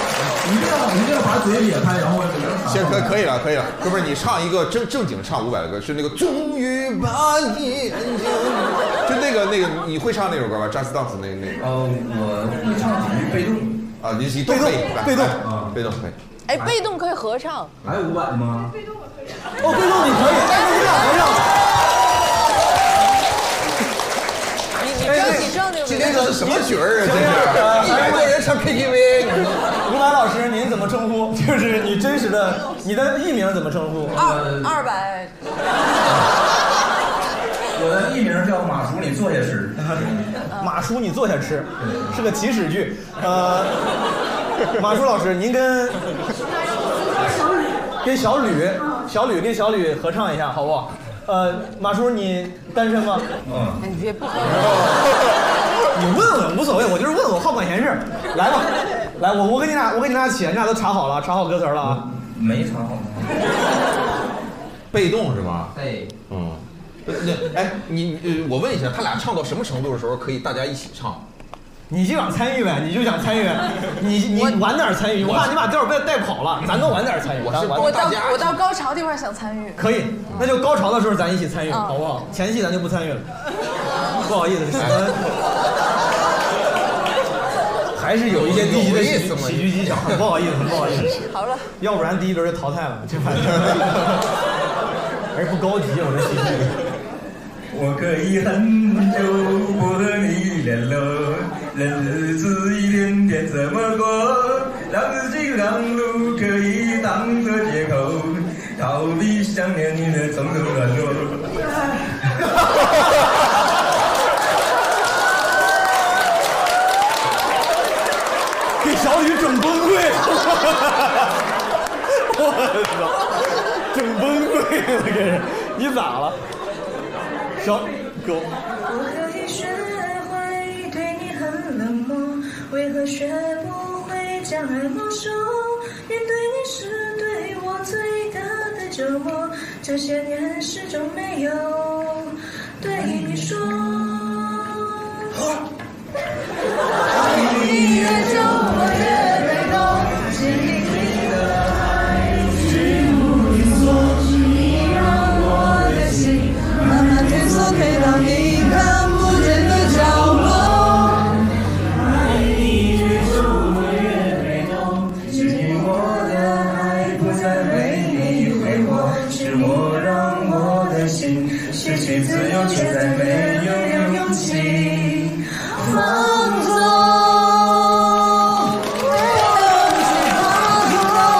一定要一定要把嘴咧开，然后行，可可以了，可以了。哥们儿，你唱一个正正经唱伍佰的歌，是那个终于把你眼睛，就那个那个，你会唱那首歌吧？Just Dance 那那个。哦，我会唱几句被动。啊，你你被动被动啊，被动可以。哎，被动可以合唱，来五百吗？哦，被动你可以，但是两个样。你你正你正就今天这是什么局儿啊？这哎是一百多人上 KTV，你说伍佰老师，您怎么称呼？就是你真实的，你的艺名怎么称呼？呃二二百，我的艺名叫马叔，你坐下吃。 马叔，你坐下吃，是个起始句。呃，马叔老师，您跟跟小吕，小吕跟小吕合唱一下，好不好？呃，马叔，你单身吗？嗯，哎你别不合你问问无所谓，我就是问我好管闲事儿。来吧，来，我我给你俩，我给你俩起，你俩都查好了，查好歌词了啊？没查好。被动是吧？对，嗯。那哎，你呃我问一下，他俩唱到什么程度的时候可以大家一起唱？你就想参与呗，你就想参与，你你晚点参与，我怕你把调儿被带跑了，咱都晚点参与。我我到我到高潮地方想参与，可以，那就高潮的时候咱一起参与，嗯好不好？前戏咱就不参与了， 不好意思，还是有一些低级的喜剧喜剧技巧，很不好意思，很不好意思。好了，要不然第一轮就淘汰了，这反正 还是不高级，我这喜剧。我可以很久不和你联络，任日子一天天怎么过，让自己让路可以当作借口，逃避想念你的种种软弱。 给小雨整崩溃， 我操，整崩溃了，这人，你咋了？小狗，我可以学会对你很冷漠，为何学不会将爱没收？面对你是对我最大的折磨，这些年始终没有对你说。你越久，我越被动，是你的爱居无定所，是你让我的心慢慢退缩，退到你看不见的角落。爱你越久，我越被动，是你我的爱不再为你挥霍，是我让我的心失去自由，却再没有勇气。放纵，为了不去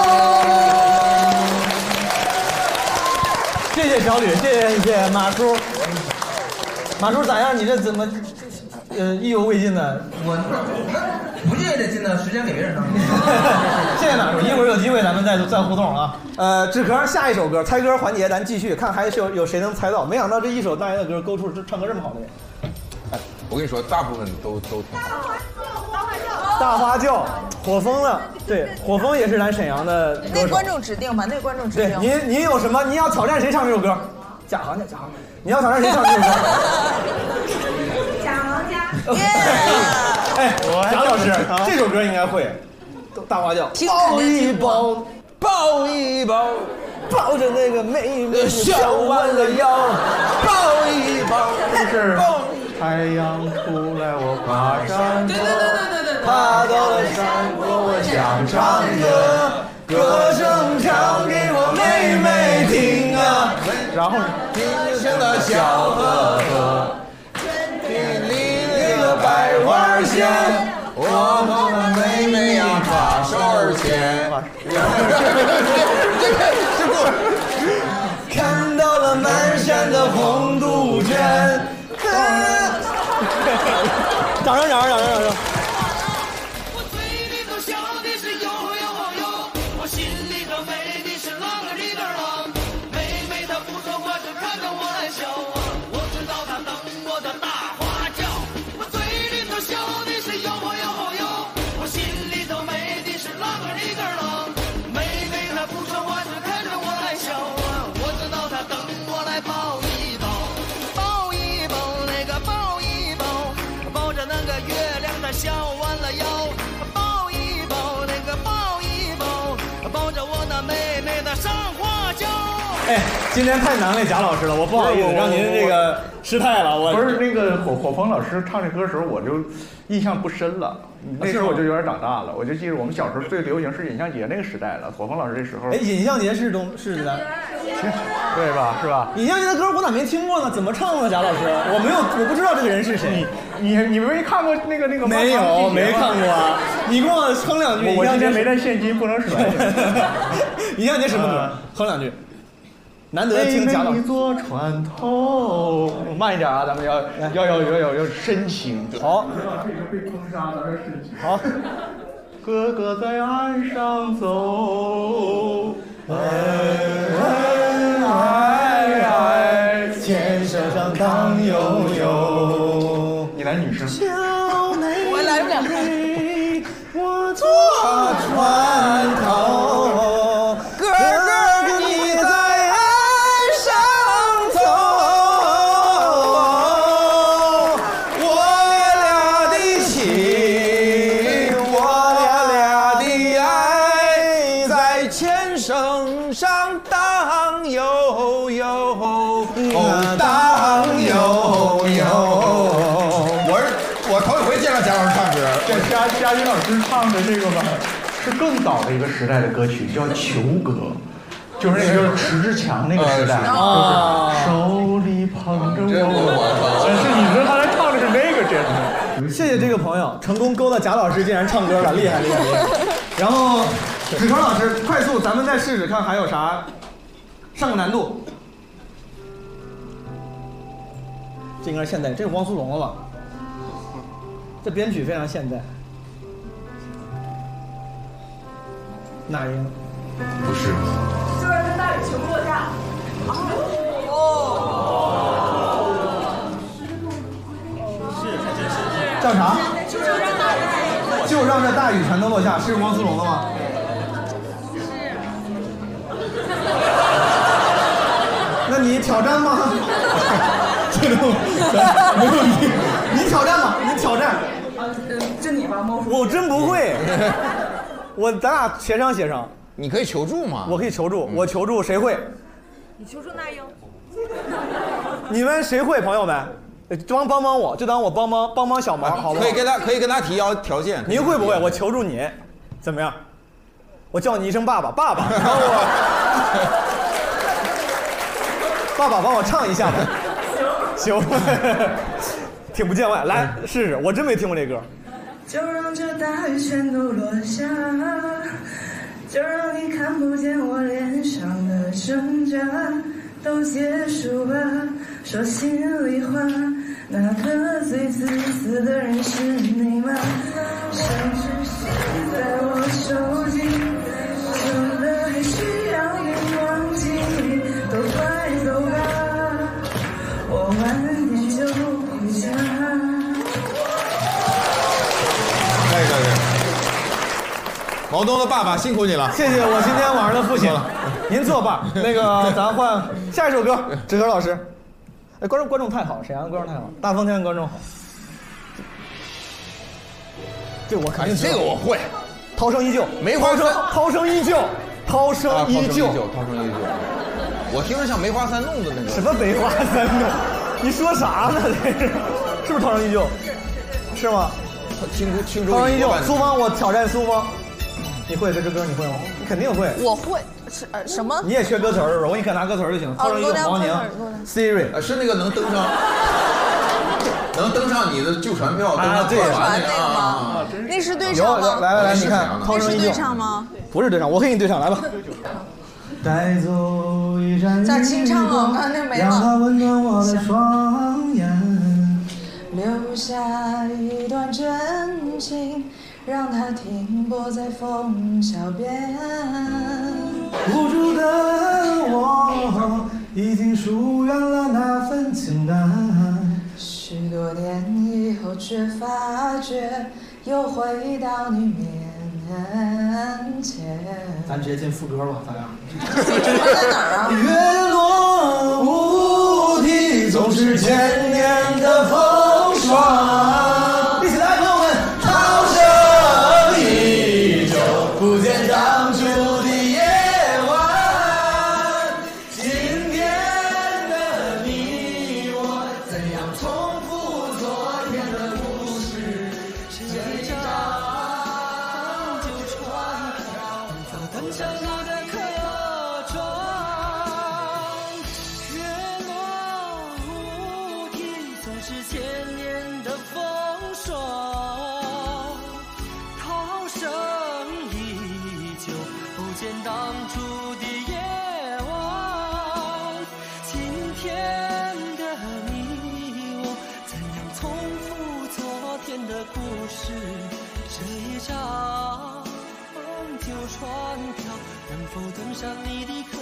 放纵。谢谢小吕，谢谢谢谢马叔，马叔咋样？你这怎么，呃，意犹未尽呢？我不介意的进呢，时间给别人上。 谢谢哪首，一会儿有机会咱们再再互动啊。呃，纸壳下一首歌，猜歌环节咱继续，看还是有有谁能猜到。没想到这一首大爷的歌，勾出这唱歌这么好的人。我跟你说，大部分都都挺好。大花轿，火风了，对，火风也是咱沈阳的歌那手观。众指定吧，那观众指对定。您，您有什么？您要挑战谁唱这首歌？贾行家，贾行家，你要挑战谁唱这 首歌？贾王家，哎，贾老师啊，这首歌应该会，大花轿，听抱一抱，抱一抱，抱着那个妹妹笑呃笑弯了腰，抱一抱，就是嗯太阳出来，我爬山坡，爬到了山坡，我想唱歌，歌声唱给我妹妹听啊，然后听听到小河河，那个百花香，我和妹妹呀把手儿牵。看到了满山的红杜鹃。掌声，掌声，掌声，掌声！我嘴里头笑的是呦呦呦，我心里头美的是啷个里个啷。妹妹她不说话，就看着我来笑啊，我知道她等我的大花轿。我嘴里头笑的是呦呦呦，我心里头美的是啷个里个啷。妹妹她不说话，就看着我来笑啊，我知道她等我来抱一抱，抱一抱那个抱一抱。抱着那个月亮，它笑弯了腰，抱一抱那个抱一抱，抱着我的妹妹的上花轿。哎，今天太难为贾老师了，我不好意思让您这个失态了。我不是那个火火风老师唱这歌的时候，我就印象不深啊了。那时候我就有点长大了，我就记得我们小时候最流行是尹相杰那个时代了。火风老师这时候，哎，尹相杰是东是咱，对吧？是吧？尹相杰的歌我咋没听过呢？怎么唱的？贾老师，我没有，我不知道这个人是谁。你你没看过那个那个吗没有没看过啊？你给我哼两句。我我尹相今杰天没是带现金，不能甩。 尹相杰什么歌？哼两句。难得听贾老为哎师你。做 船头，慢一点啊，咱们要要要要要要深情。好这个被封杀的深情。好，哥哥在岸上走，哎哎哎，牵手上荡悠悠。你来女生。我来不了。我坐船头，哥哥你在岸上走，我俩的情，我俩的爱，在前绳上荡悠悠，哦荡悠悠。我是我头一回见到贾老师唱歌，这佳佳音老师唱的这个吧，是更早的一个时代的歌曲，叫《球歌》，就是那个迟志强那个时代，哦啊就是手里捧着我哦我，真是你说他来唱的是那个真的。谢谢这个朋友，成功勾搭贾老师，竟然唱歌了，厉害厉害厉害！然后，子成老师，快速，咱们再试试看还有啥，上个难度。这应该是现代，这是汪苏泷了吧？这编曲非常现代。哪英？不是，就是跟大雨球落下。哦。叫啥？就是让大雨落就让这大雨全都落下，是汪苏泷的吗？那你挑战吗？这 种没有你，你挑战吧，你挑战。就你吧，猫叔。我真不会，我咱俩协商协商。你可以求助嘛？嗯我可以求助，我求助，谁会？你求助那英。你们谁会，朋友们？呃帮帮帮我，就当我帮帮帮帮小忙，好啊不好？可以跟他可以跟他提要条件。您会不会？我求助你，怎么样？我叫你一声爸 爸，爸爸，你帮我，爸爸帮我唱一下吧。行， 挺不见外，来试试，我真没听过这歌。就让这大雨全都落下，就让你看不见我脸上的挣扎，都结束吧，说心里话，那个最自私的人是你吗？像是写在我手机，真的还需要你忘记？都快走吧，我晚点就回家。可以可以。毛东的爸爸辛苦你了，谢谢我今天晚上的父亲，您 作伴。那个，咱换下一首歌，志和老师。哎，观众观众太好，了，沈阳的观众太好，了，大风天的观众好。这我肯定知道哎哎这个我会。涛声依旧，梅花涛声三涛声依旧，涛啊声涛声依依旧，旧，涛声依旧。我听着像梅花三弄的那个。什么梅花三 弄？你说啥呢？这是是不是涛声依旧？是吗？青出青涛声依旧一个，半苏芳，我挑战苏芳，你会这支歌？你会吗？你肯定会。我会是呃什么？你也缺歌词儿是吧？我给你看拿歌词儿就行。哦涛声依旧，给我拿黄宁歌词儿给我拿，Siri，呃，是那个能登上，能登上你的旧船票，登啊上对坐船坐船那个啊啊吗啊那是对有唱吗？来来来，你看，涛那声是依对旧，唱吗？不是对唱，我给你对唱，来吧。带走一盏这儿清唱了我看那没了让它温暖我的双眼。留下一段真情，让它停泊在枫桥边。无助的我已经疏远了那份情感。许多年以后，却发觉又回到你面前。咱直接进副歌吧，咱俩。月落乌啼，总是千年的风霜。一起来，朋友们！涛声依旧，不见当初的夜晚。今天的你我，怎样重复昨天的故事？这一章就穿到早灯上那的课窗。月落乌啼，总是千年的风霜。涛声依旧，不见当初的夜晚。今天的你我，怎样重复昨天的故事？这一张旧船票，能否登上你的客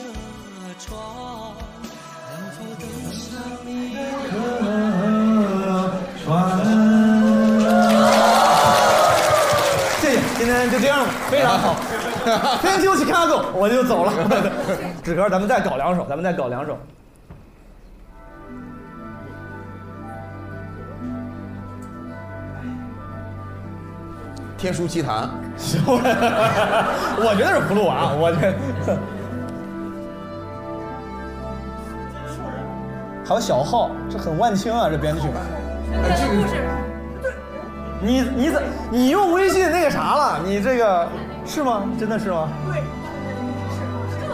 船？能否登上你的客谢谢，今天就这样吧，非常 好。Thank you Chicago，我就 走了。纸壳，咱们再搞两首，咱们再搞两首。天书奇 谭，我觉得是葫芦娃，我这。还有小号，这很万青啊，这编曲。你你怎你用微信那个啥了？你这个是吗？真的是吗？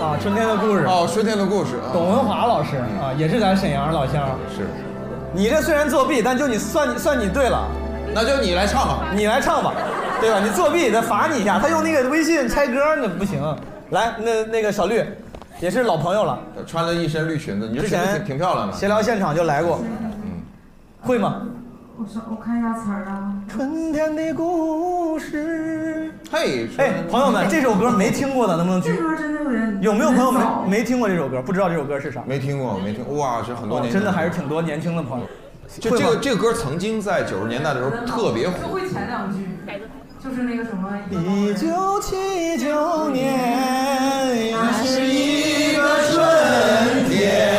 啊，春天的故事。哦，春天的故事。啊董文华老师啊，也是咱沈阳老乡。是。你这虽然作弊，但就你算你算你对了。那就你来唱吧。你来唱吧，对吧？你作弊得罚你一下。他用那个微信拆歌那不行。来，那那个小绿，也是老朋友了。呃穿了一身绿裙子，你这之裙子前挺挺漂亮的。闲聊现场就来过。会吗？我说，我看一下词儿啊。春天的故事。嘿，哎，朋友们，这首歌没听过的能不能举这？歌真的有点有没有朋友很早没没听过这首歌？不知道这首歌是啥？没听过，没听过哇，这很多哦年真的前还是挺多年轻的朋友。就会这吗个这个歌曾经在九十年代的时候特别火。会前两句，就是那个什么。一九七九年，那是一个春天，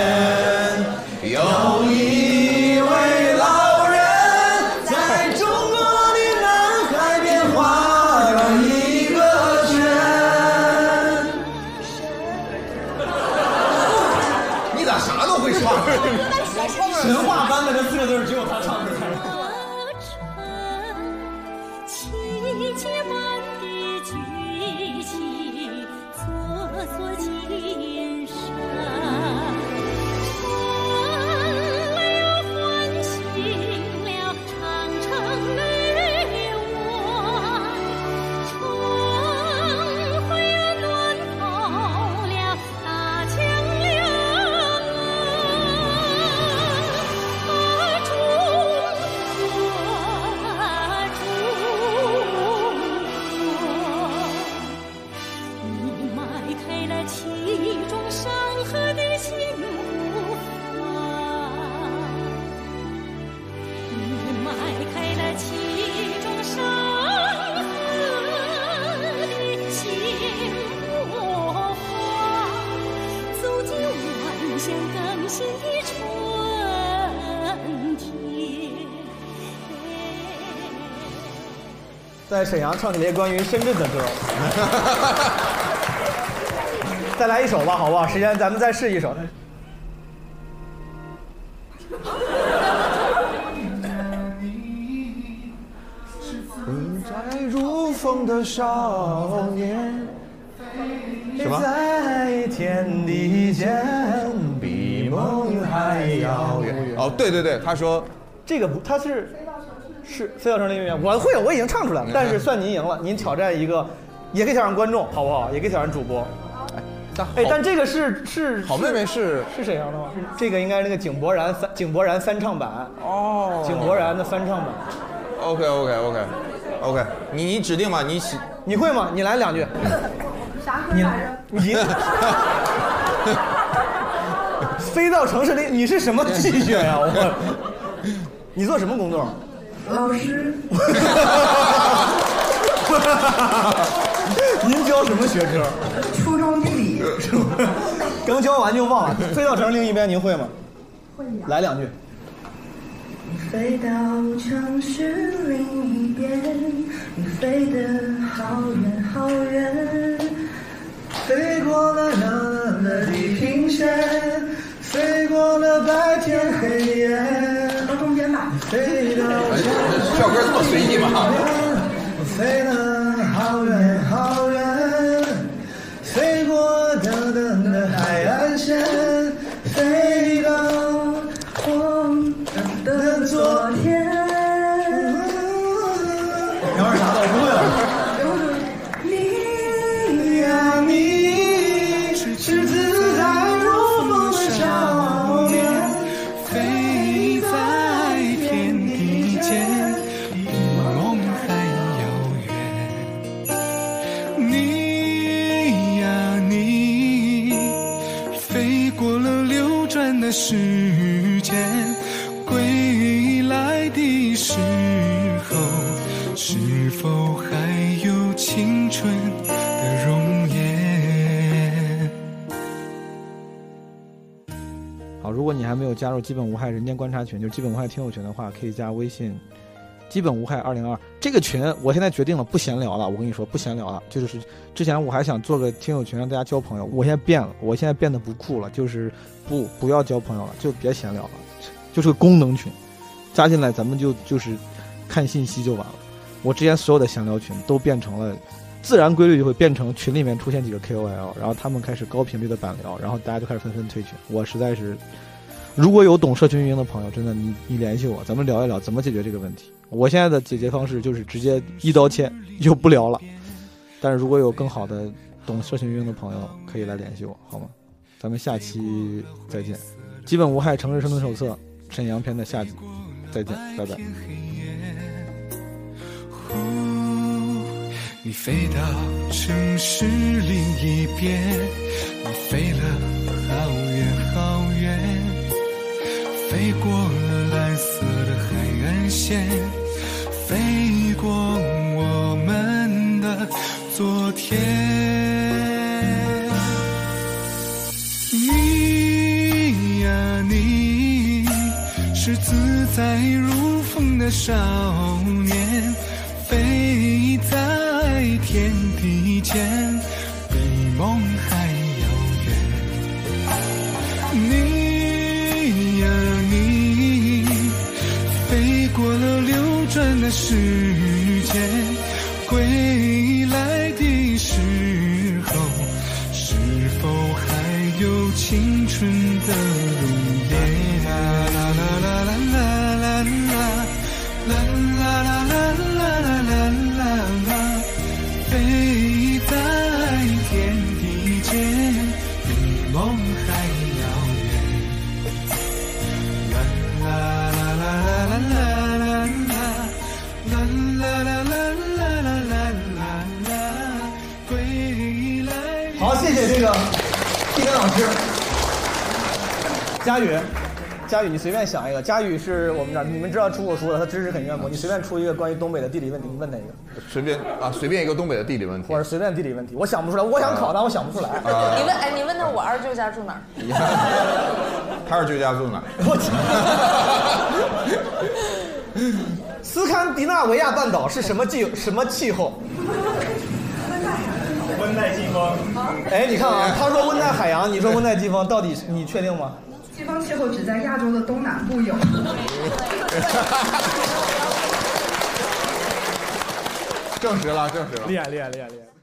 有一位老人在中国的南海边画了一个圈。你咋啥都会唱？神话般的这四个字儿只有他唱出来了。奇迹般的剧情，错错情在沈阳唱这些关于深圳的歌。 再来一首吧，好不好？时间咱们再试一首。存在如风的少年，什么？在天地间，比梦还遥远。哦，对对对，他说这个不，他是是飞到城里面，我会，我已经唱出来了，但是算您赢了，您挑战一个，也可以挑战观众，好不好？也可以挑战主播。哎，但这个是是好妹妹是是沈阳的吗？这个应该是那个井柏然翻井柏然翻唱版哦，井柏然的翻唱版。 OK OK OK OK，你你指定吧，你喜你会吗？你来两句。啥歌你来着？你飞到城市里，你是什么气血呀、我，你做什么工作？老师，您教什么学科？ 初中地理。刚教完就忘了。飞到城市另一边，您会吗？会呀。来两句。飞到城市另一边，你飞得好远好远，飞过了蓝蓝的平线，飞过了白天黑夜。到中间吧。飞到跳哎歌这么随意吗？飞得好远好远，飞过等等的海岸线，飞到我们的昨天。聊点啥的？我不会你呀你，是自在如风的少年，飞在天地间，比梦还遥远。你呀你，飞过了流转的时间，归来的时候，是否还有青春的容颜？好，如果你还没有加入基本无害人间观察群，就是基本无害听友群的话，可以加微信“基本无害二零二”这个群。我现在决定了，不闲聊了。我跟你说，不闲聊了。就是之前我还想做个听友群让大家交朋友，我现在变了，我现在变得不酷了，就是不不要交朋友了，就别闲聊了，就是个功能群，加进来咱们就就是看信息就完了。我之前所有的闲聊群都变成了。自然规律就会变成群里面出现几个 KOL，然后他们开始高频率的板聊，然后大家就开始纷纷退群。我实在是，如果有懂社群运营的朋友，真的你你联系我，咱们聊一聊怎么解决这个问题。我现在的解决方式就是直接一刀切，就不聊了。但是如果有更好的懂社群运营的朋友，可以来联系我，好吗？咱们下期再见，基本无害城市生存手册沈阳篇的下集，再见，拜拜。你飞到城市另一边，你飞了好远好远，飞过了蓝色的海岸线，飞过我们的昨天。你呀你，是自在如风的少年。飞在天地间，比梦还遥远。你呀你，飞过了流转的时间，归来的时候，是否还有青春的容颜？啦啦啦啦啦啦啦啦。啦啦啦啦啦啦啦啦啦，飞在天地间，比梦还遥远。啦啦啦啦啦啦啦啦，啦啦啦啦啦啦啦啦，归来。好，谢谢这个替根老师。佳宇，佳宇，你随便想一个。佳宇是我们这儿，你们知道出过书的，他知识很渊博。你随便出一个关于东北的地理问题，你问他一个，随便啊，随便一个东北的地理问题， 或者随便地理问题，我想不出来，我想考，但我想不出来。你问哎，你问他我二舅家住哪儿？他是居家住哪？我 斯堪的纳维亚半岛是什么气什么气候？温带季风。哎，你看啊，他说温带海洋，你说温带季风，到底是你确定吗？西方气候只在亚洲的东南部有。证实了，证实了，厉害厉害厉害厉害！